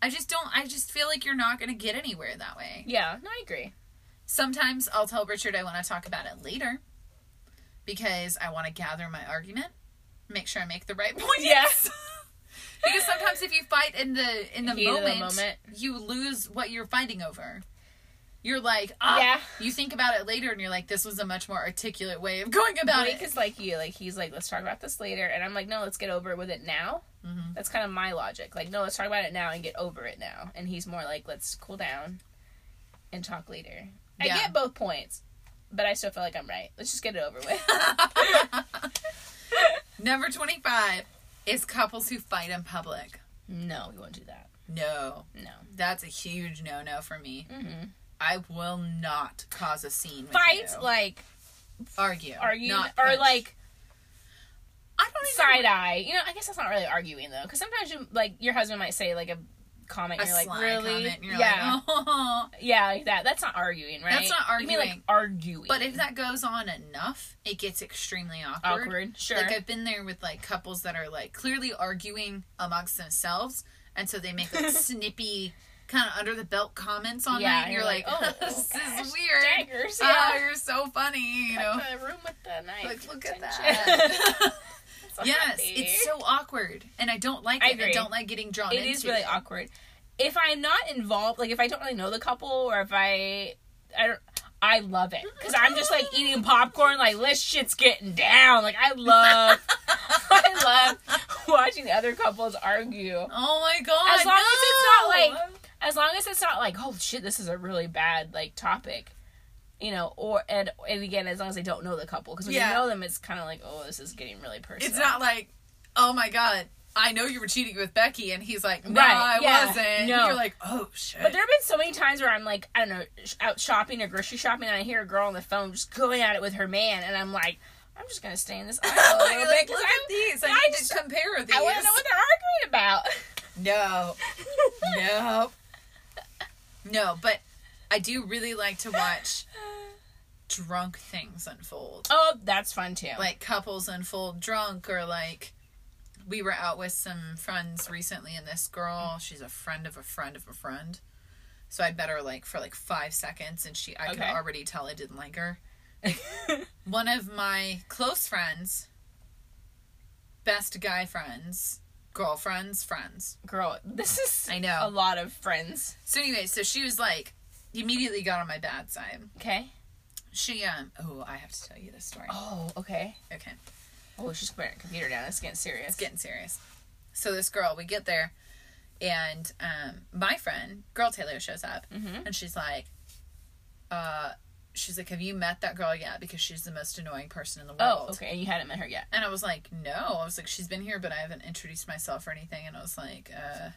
[SPEAKER 1] I just don't. I just feel like you're not gonna get anywhere that way.
[SPEAKER 2] yeah, no, I agree.
[SPEAKER 1] Sometimes I'll tell Richard I want to talk about it later because I want to gather my argument, make sure I make the right [LAUGHS] point.
[SPEAKER 2] [LAUGHS] Yes.
[SPEAKER 1] because sometimes if you fight in the in the,
[SPEAKER 2] Heat of
[SPEAKER 1] moment,
[SPEAKER 2] the moment.
[SPEAKER 1] you lose what you're fighting over. You're like, ah,
[SPEAKER 2] Yeah.
[SPEAKER 1] you think about it later, and you're like, this was a much more articulate way of going about
[SPEAKER 2] Blake
[SPEAKER 1] it.
[SPEAKER 2] is like you. Like he's like, let's talk about this later, and I'm like, no, let's get over with it now.
[SPEAKER 1] Mm-hmm.
[SPEAKER 2] That's kind of my logic. Like, no, let's talk about it now and get over it now. And he's more like, let's cool down and talk later. I
[SPEAKER 1] Yeah.
[SPEAKER 2] get both points, but I still feel like I'm right. Let's just get it over with.
[SPEAKER 1] [LAUGHS]
[SPEAKER 2] [LAUGHS]
[SPEAKER 1] Number 25 is couples who fight in public.
[SPEAKER 2] no, we won't do that.
[SPEAKER 1] No,
[SPEAKER 2] No.
[SPEAKER 1] that's a huge no no for me.
[SPEAKER 2] Mm-hmm.
[SPEAKER 1] I will not cause a scene. With
[SPEAKER 2] Fight
[SPEAKER 1] you.
[SPEAKER 2] like
[SPEAKER 1] argue,
[SPEAKER 2] argue
[SPEAKER 1] not
[SPEAKER 2] or
[SPEAKER 1] punch.
[SPEAKER 2] like
[SPEAKER 1] I don't even
[SPEAKER 2] side eye. You know, I guess that's not really arguing though, because sometimes you like your husband might say like a comment,
[SPEAKER 1] a
[SPEAKER 2] and you're like,
[SPEAKER 1] sly
[SPEAKER 2] really,
[SPEAKER 1] comment. And you're
[SPEAKER 2] yeah.
[SPEAKER 1] like, [LAUGHS] oh, out.
[SPEAKER 2] [LAUGHS] Yeah, like that. That's not arguing, right?
[SPEAKER 1] That's not
[SPEAKER 2] You mean like
[SPEAKER 1] arguing.
[SPEAKER 2] arguing.
[SPEAKER 1] But if that goes on enough, it gets extremely awkward.
[SPEAKER 2] awkward, Oh, sure.
[SPEAKER 1] Like I've been there with like couples that are like clearly arguing amongst themselves, and so they make like
[SPEAKER 2] [LAUGHS]
[SPEAKER 1] snippy, kind of under the belt comments on
[SPEAKER 2] Yeah,
[SPEAKER 1] it. And you're like, oh, [LAUGHS] this
[SPEAKER 2] gosh,
[SPEAKER 1] is weird. [LAUGHS]
[SPEAKER 2] Daggers,
[SPEAKER 1] Oh,
[SPEAKER 2] yeah.
[SPEAKER 1] you're so funny. You know,
[SPEAKER 2] Cut the room with the knife.
[SPEAKER 1] like look at
[SPEAKER 2] Attention. [LAUGHS]
[SPEAKER 1] that. [LAUGHS]
[SPEAKER 2] So
[SPEAKER 1] yes,
[SPEAKER 2] happy.
[SPEAKER 1] it's so awkward, and I don't like it.
[SPEAKER 2] I
[SPEAKER 1] I,
[SPEAKER 2] agree.
[SPEAKER 1] don't like getting drawn.
[SPEAKER 2] it is
[SPEAKER 1] into
[SPEAKER 2] really awkward. If I'm not involved, like if I don't really know the couple, or if I, I don't, I love it because I'm just like eating popcorn, like this shit's getting down. Like I love, [LAUGHS] I love watching the other couples argue.
[SPEAKER 1] Oh my god!
[SPEAKER 2] As long as it's
[SPEAKER 1] no!
[SPEAKER 2] not like, as long as it's not like, oh shit, this is a really bad like topic, you know. Or and and again, as long as I don't know the couple, because when
[SPEAKER 1] Yeah.
[SPEAKER 2] you know them, it's kind of like, oh, this is getting really personal.
[SPEAKER 1] It's not like, oh my god, I know you were cheating with Becky, and he's like, no,
[SPEAKER 2] Right,
[SPEAKER 1] I
[SPEAKER 2] yeah,
[SPEAKER 1] wasn't.
[SPEAKER 2] no.
[SPEAKER 1] You're like, oh shit.
[SPEAKER 2] But there have been so many times where I'm like, I don't know, sh- out shopping or grocery shopping, and I hear a girl on the phone just going at it with her man, and I'm like, I'm just gonna stay
[SPEAKER 1] [LAUGHS]
[SPEAKER 2] in this aisle
[SPEAKER 1] [LAUGHS]
[SPEAKER 2] a
[SPEAKER 1] Like,
[SPEAKER 2] little bit
[SPEAKER 1] look
[SPEAKER 2] because
[SPEAKER 1] at these. I,
[SPEAKER 2] I
[SPEAKER 1] need
[SPEAKER 2] just-
[SPEAKER 1] to compare these.
[SPEAKER 2] I want to know what they're arguing about. [LAUGHS]
[SPEAKER 1] No, no, no. But I do really like to watch drunk things unfold,
[SPEAKER 2] oh, that's fun too.
[SPEAKER 1] like [LAUGHS] couples unfold drunk, or like we were out with some friends recently, and this girl, she's a friend of a friend of a friend. So I met her like for like five seconds, and she, I could
[SPEAKER 2] Okay.
[SPEAKER 1] already tell I didn't like her. one of my close friends, best guy friends, girlfriends, friends.
[SPEAKER 2] [LAUGHS] Girl, this is
[SPEAKER 1] I know.
[SPEAKER 2] a lot of friends.
[SPEAKER 1] So anyway, so she was like, immediately got on my bad side.
[SPEAKER 2] Okay.
[SPEAKER 1] She um, oh, I have to tell you this story.
[SPEAKER 2] Oh, okay.
[SPEAKER 1] Okay,
[SPEAKER 2] Oh, she's putting her computer down. It's getting serious.
[SPEAKER 1] it's getting serious. So this girl, we get there, and um, my friend, girl Taylor, shows up,
[SPEAKER 2] Mhm.
[SPEAKER 1] and she's like, uh, she's like, have you met that girl yet? Because she's the most annoying person in the world.
[SPEAKER 2] oh, okay. And you hadn't met her yet.
[SPEAKER 1] And I was like, no. I was like, she's been here, but I haven't introduced myself or anything. And I was like, uh,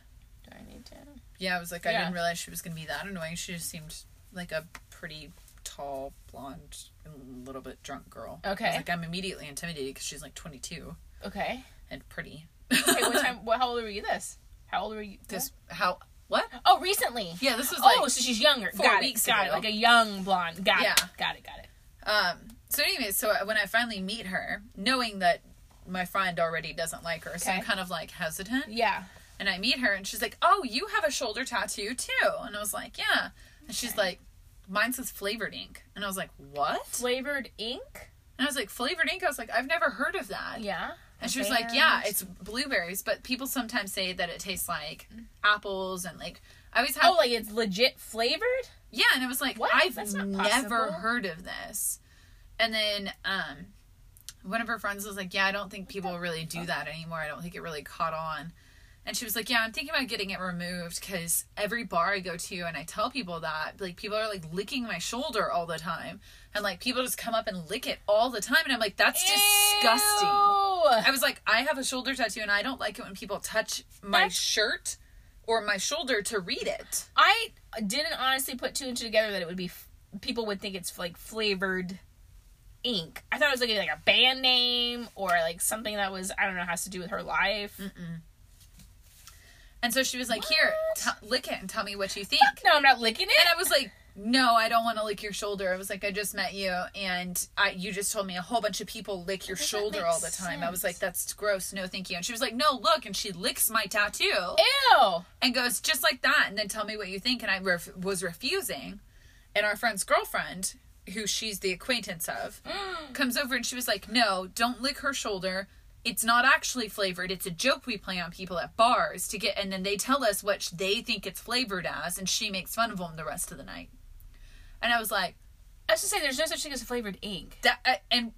[SPEAKER 2] Do I need to?
[SPEAKER 1] yeah, I was like, I
[SPEAKER 2] Yeah.
[SPEAKER 1] didn't realize she was going to be that annoying. She just seemed like a pretty tall, blonde, and a little bit drunk girl. I
[SPEAKER 2] Okay.
[SPEAKER 1] was like, I'm immediately intimidated because she's like 22 [LAUGHS]
[SPEAKER 2] Okay.
[SPEAKER 1] and pretty.
[SPEAKER 2] Okay. what time? What? How old were you? This? How old were you?
[SPEAKER 1] This, how, what?
[SPEAKER 2] Oh, recently.
[SPEAKER 1] Yeah, this was like,
[SPEAKER 2] Oh, so she's younger.
[SPEAKER 1] four
[SPEAKER 2] got
[SPEAKER 1] weeks
[SPEAKER 2] it. Got
[SPEAKER 1] ago.
[SPEAKER 2] it. Like a young blonde. Got
[SPEAKER 1] Yeah.
[SPEAKER 2] it. Got it. Got it.
[SPEAKER 1] um, so anyway, so when I finally meet her, knowing that my friend already doesn't like her, so I'm
[SPEAKER 2] Okay.
[SPEAKER 1] kind of like hesitant.
[SPEAKER 2] Yeah.
[SPEAKER 1] And I meet her and she's like, Oh, you have a shoulder tattoo too. And I was like, Yeah. And she's like, Mine says flavored ink. And I was like, What?
[SPEAKER 2] Flavored ink.
[SPEAKER 1] And I was like, Flavored ink? I was like, I've never heard of that.
[SPEAKER 2] Yeah.
[SPEAKER 1] And she was like, Yeah, it's blueberries, but people sometimes say that it tastes like apples and like I always have
[SPEAKER 2] Mm. Oh, like it's legit flavored.
[SPEAKER 1] Yeah, and I was like,
[SPEAKER 2] What?
[SPEAKER 1] I've
[SPEAKER 2] That's not
[SPEAKER 1] never
[SPEAKER 2] possible.
[SPEAKER 1] heard of this. And then um one of her friends was like, Yeah, I don't think people really do that anymore. I don't think it really caught on. And she was like, Yeah, I'm thinking about getting it removed because every bar I go to and I tell people that, like, people are like licking my shoulder all the time. And like, people just come up and lick it all the time. And I'm like, That's disgusting. I
[SPEAKER 2] Ew.
[SPEAKER 1] was like, I have a shoulder tattoo and I don't like it when people touch my
[SPEAKER 2] That's-
[SPEAKER 1] shirt or my shoulder to read it.
[SPEAKER 2] I didn't honestly put two and two together that it would be f- people would think it's like flavored ink. I thought it was like like a band name or like something that was I don't know has to do with her life.
[SPEAKER 1] And so she was like, "Here, t- lick it and tell me what you think."
[SPEAKER 2] No, I'm not licking
[SPEAKER 1] And
[SPEAKER 2] it.
[SPEAKER 1] I was like, "No, I don't want to lick your shoulder." I was like, "I just met you, and I, you just told me a whole bunch of people lick your
[SPEAKER 2] That
[SPEAKER 1] shoulder
[SPEAKER 2] makes
[SPEAKER 1] all the time." I was like,
[SPEAKER 2] sense.
[SPEAKER 1] "That's gross. No, thank you." And she was like, "No, look," and she licks my tattoo
[SPEAKER 2] Ew.
[SPEAKER 1] and goes just like that, and then tell me what you think. And I ref- was refusing, and our friend's girlfriend, who she's the acquaintance
[SPEAKER 2] [GASPS]
[SPEAKER 1] of, comes over and she was like, "No, don't lick her shoulder." It's not actually flavored. It's a joke we play on people at bars to get, and then they tell us what they think it's flavored as, and she makes fun of them the rest of the night. And I was like,
[SPEAKER 2] I was just saying, there's no such thing as flavored ink.
[SPEAKER 1] that, I- and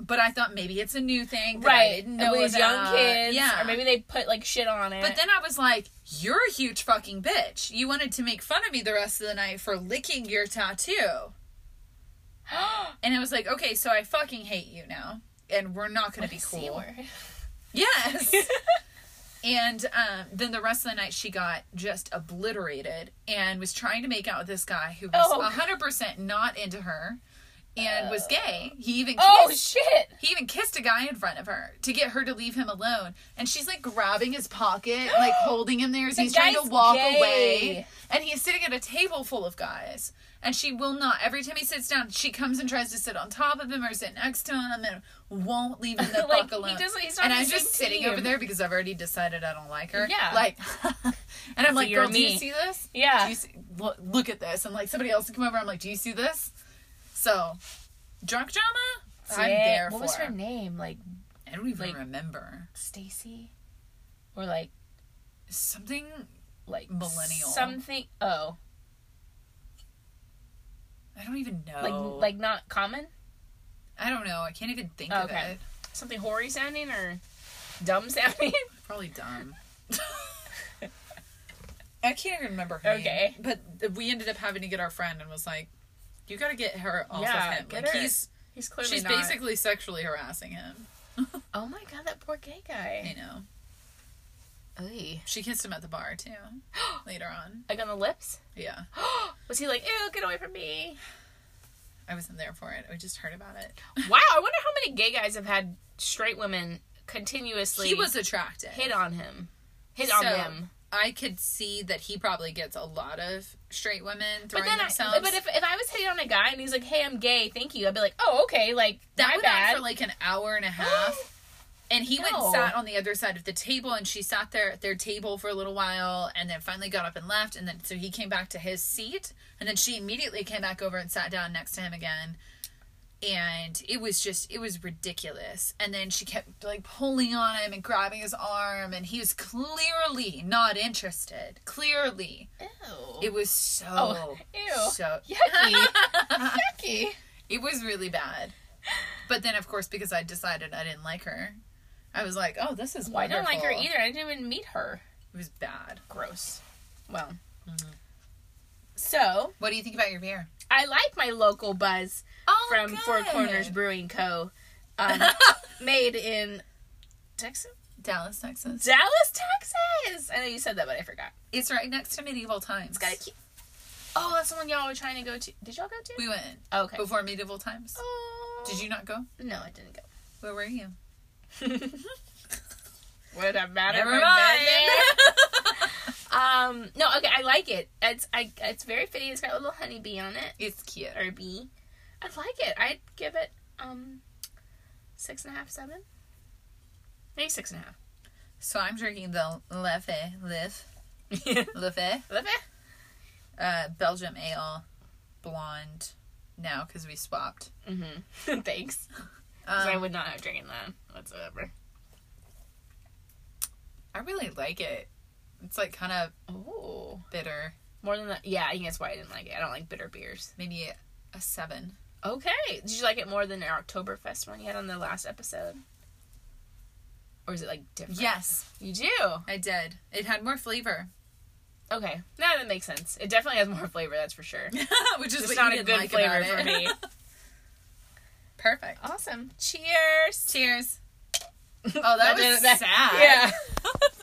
[SPEAKER 1] but I thought maybe it's a new thing, that I
[SPEAKER 2] Right.
[SPEAKER 1] didn't know
[SPEAKER 2] with these
[SPEAKER 1] about.
[SPEAKER 2] young kids.
[SPEAKER 1] yeah,
[SPEAKER 2] Or maybe they put like shit on it.
[SPEAKER 1] But
[SPEAKER 2] [GASPS]
[SPEAKER 1] then I was like, "You're a huge fucking bitch. You wanted to make fun of me the rest of the night for licking your tattoo." And I was like, "Okay, so I fucking hate you now, and we're not gonna be cool." [LAUGHS]
[SPEAKER 2] [LAUGHS]
[SPEAKER 1] Yes. and um, then the rest of the night, she got just obliterated and was trying to make out with this guy who was
[SPEAKER 2] Oh.
[SPEAKER 1] hundred percent not into her. and was gay. He even kissed,
[SPEAKER 2] Oh shit!
[SPEAKER 1] he even kissed a guy in front of her to get her to leave him alone. And she's like grabbing his
[SPEAKER 2] [GASPS]
[SPEAKER 1] pocket, like holding him there as
[SPEAKER 2] The
[SPEAKER 1] he's trying to
[SPEAKER 2] guy's
[SPEAKER 1] walk
[SPEAKER 2] gay.
[SPEAKER 1] away. And he's sitting at a table full of guys. And she will not. Every time he sits down, she comes and tries to sit on top of him or sit next to him and won't leave
[SPEAKER 2] [LAUGHS]
[SPEAKER 1] him the
[SPEAKER 2] Like,
[SPEAKER 1] fuck alone.
[SPEAKER 2] he doesn't- he's not
[SPEAKER 1] and
[SPEAKER 2] on
[SPEAKER 1] I'm
[SPEAKER 2] the
[SPEAKER 1] just
[SPEAKER 2] same
[SPEAKER 1] sitting
[SPEAKER 2] team.
[SPEAKER 1] over there because I've already decided I don't like her.
[SPEAKER 2] Yeah.
[SPEAKER 1] Like, [LAUGHS] and I'm like,
[SPEAKER 2] you're
[SPEAKER 1] girl, do you
[SPEAKER 2] me."
[SPEAKER 1] see this? do
[SPEAKER 2] Yeah.
[SPEAKER 1] you see, look, look at this and like somebody else would come over i'm like do you see this so drunk drama i'm
[SPEAKER 2] Dang.
[SPEAKER 1] there
[SPEAKER 2] What
[SPEAKER 1] for
[SPEAKER 2] was her name? Like
[SPEAKER 1] i don't even
[SPEAKER 2] like-
[SPEAKER 1] remember
[SPEAKER 2] Stacy, or like
[SPEAKER 1] something
[SPEAKER 2] like
[SPEAKER 1] Millennial.
[SPEAKER 2] Something. Oh,
[SPEAKER 1] i don't even know
[SPEAKER 2] like like not common.
[SPEAKER 1] i don't know i can't even think of
[SPEAKER 2] Okay.
[SPEAKER 1] it
[SPEAKER 2] Something hoary sounding or dumb [LAUGHS] sounding.
[SPEAKER 1] probably dumb [LAUGHS] i can't even remember her name,
[SPEAKER 2] Okay.
[SPEAKER 1] but th- we ended up having to get our friend and was like you gotta get her off
[SPEAKER 2] Yeah,
[SPEAKER 1] of him
[SPEAKER 2] get
[SPEAKER 1] like
[SPEAKER 2] her.
[SPEAKER 1] he's
[SPEAKER 2] He's clearly
[SPEAKER 1] she's
[SPEAKER 2] not.
[SPEAKER 1] basically sexually harassing him
[SPEAKER 2] Oh my god, that poor gay
[SPEAKER 1] you
[SPEAKER 2] guy.
[SPEAKER 1] know
[SPEAKER 2] Oy.
[SPEAKER 1] she kissed him at the bar too [GASPS] later on
[SPEAKER 2] Like on the lips. [GASPS]
[SPEAKER 1] yeah
[SPEAKER 2] Was he like, ew, get away
[SPEAKER 1] [LAUGHS]
[SPEAKER 2] from me?
[SPEAKER 1] I wasn't there for it. I just heard about it.
[SPEAKER 2] Wow, I wonder how many gay guys have had straight women continuously
[SPEAKER 1] He was attractive.
[SPEAKER 2] hit on him. Hit on
[SPEAKER 1] So,
[SPEAKER 2] them.
[SPEAKER 1] I could see that he probably gets a lot of straight women
[SPEAKER 2] But
[SPEAKER 1] throwing
[SPEAKER 2] then
[SPEAKER 1] themselves.
[SPEAKER 2] I but if if I was hitting on a guy and he's like, Hey, I'm gay, thank you, I'd be like, Oh, okay, like
[SPEAKER 1] that
[SPEAKER 2] my
[SPEAKER 1] went
[SPEAKER 2] bad.
[SPEAKER 1] on for like an hour and a half, and he went
[SPEAKER 2] No.
[SPEAKER 1] and sat on the other side of the table, and she sat there at their table for a little while, and then finally got up and left, and then so he came back to his seat, and then she immediately came back over and sat down next to him again. And it was just, it was ridiculous. And then she kept like pulling on him and grabbing his arm, and he was clearly not interested. Clearly.
[SPEAKER 2] [GASPS] Ew.
[SPEAKER 1] It was so
[SPEAKER 2] Oh, ew. [LAUGHS]
[SPEAKER 1] so
[SPEAKER 2] Yucky. Yucky.
[SPEAKER 1] It was really bad. But then, of course, because I decided I didn't like her, I was like, "Oh, this is
[SPEAKER 2] Well, I
[SPEAKER 1] wonderful."
[SPEAKER 2] don't like her either. I didn't even meet her.
[SPEAKER 1] It was bad.
[SPEAKER 2] Gross. Well. So
[SPEAKER 1] What do you think about your beer?
[SPEAKER 2] I like my local buzz.
[SPEAKER 1] Oh,
[SPEAKER 2] from Four Corners Brewing Co. Um, [LAUGHS] made in Texas,
[SPEAKER 1] [LAUGHS] Dallas, Texas.
[SPEAKER 2] Dallas, Texas. I know you said that, but I forgot.
[SPEAKER 1] It's right next to Medieval Times.
[SPEAKER 2] It's got a key. Oh, that's the one y'all were trying to go to. Did y'all go to?
[SPEAKER 1] We went
[SPEAKER 2] oh, okay.
[SPEAKER 1] before Medieval Times.
[SPEAKER 2] Oh.
[SPEAKER 1] Did you not go?
[SPEAKER 2] No, I
[SPEAKER 1] [LAUGHS]
[SPEAKER 2] didn't go.
[SPEAKER 1] Where were you?
[SPEAKER 2] Would that matter?
[SPEAKER 1] Never
[SPEAKER 2] if I'd
[SPEAKER 1] mind.
[SPEAKER 2] been there? [LAUGHS] um, no, okay. I like it. It's I. It's very fitting. It's got a little honey bee on it
[SPEAKER 1] it's cute.
[SPEAKER 2] or bee. I like it. I'd give it um six and a half, seven, maybe six and a half.
[SPEAKER 1] So I'm drinking the Leffe, Lef,
[SPEAKER 2] [LAUGHS]
[SPEAKER 1] Leffe,
[SPEAKER 2] Love it.
[SPEAKER 1] uh, Belgium ale, blonde. Now because we swapped.
[SPEAKER 2] Mm-hmm. [LAUGHS] Thanks. 'Cause I
[SPEAKER 1] Um,
[SPEAKER 2] would not have drinking that whatsoever.
[SPEAKER 1] I really like it. It's like kind of
[SPEAKER 2] Oh,
[SPEAKER 1] bitter.
[SPEAKER 2] more than that. Yeah, I think that's why I didn't like it. I don't like bitter beers.
[SPEAKER 1] Maybe a seven.
[SPEAKER 2] Okay. Did you like it more than our Oktoberfest one you had on the last episode? Or is it like different?
[SPEAKER 1] Yes,
[SPEAKER 2] You do.
[SPEAKER 1] I did. It had more
[SPEAKER 2] [LAUGHS]
[SPEAKER 1] flavor,
[SPEAKER 2] Okay. No, that makes sense. It definitely has more flavor, that's for sure.
[SPEAKER 1] which is
[SPEAKER 2] Just
[SPEAKER 1] what
[SPEAKER 2] not
[SPEAKER 1] you
[SPEAKER 2] a
[SPEAKER 1] didn't
[SPEAKER 2] good
[SPEAKER 1] like
[SPEAKER 2] flavor
[SPEAKER 1] about
[SPEAKER 2] for
[SPEAKER 1] it.
[SPEAKER 2] me.
[SPEAKER 1] [LAUGHS] Perfect.
[SPEAKER 2] awesome. Cheers. [LAUGHS]
[SPEAKER 1] Cheers. Oh, that, was
[SPEAKER 2] did- that-
[SPEAKER 1] sad.
[SPEAKER 2] Yeah.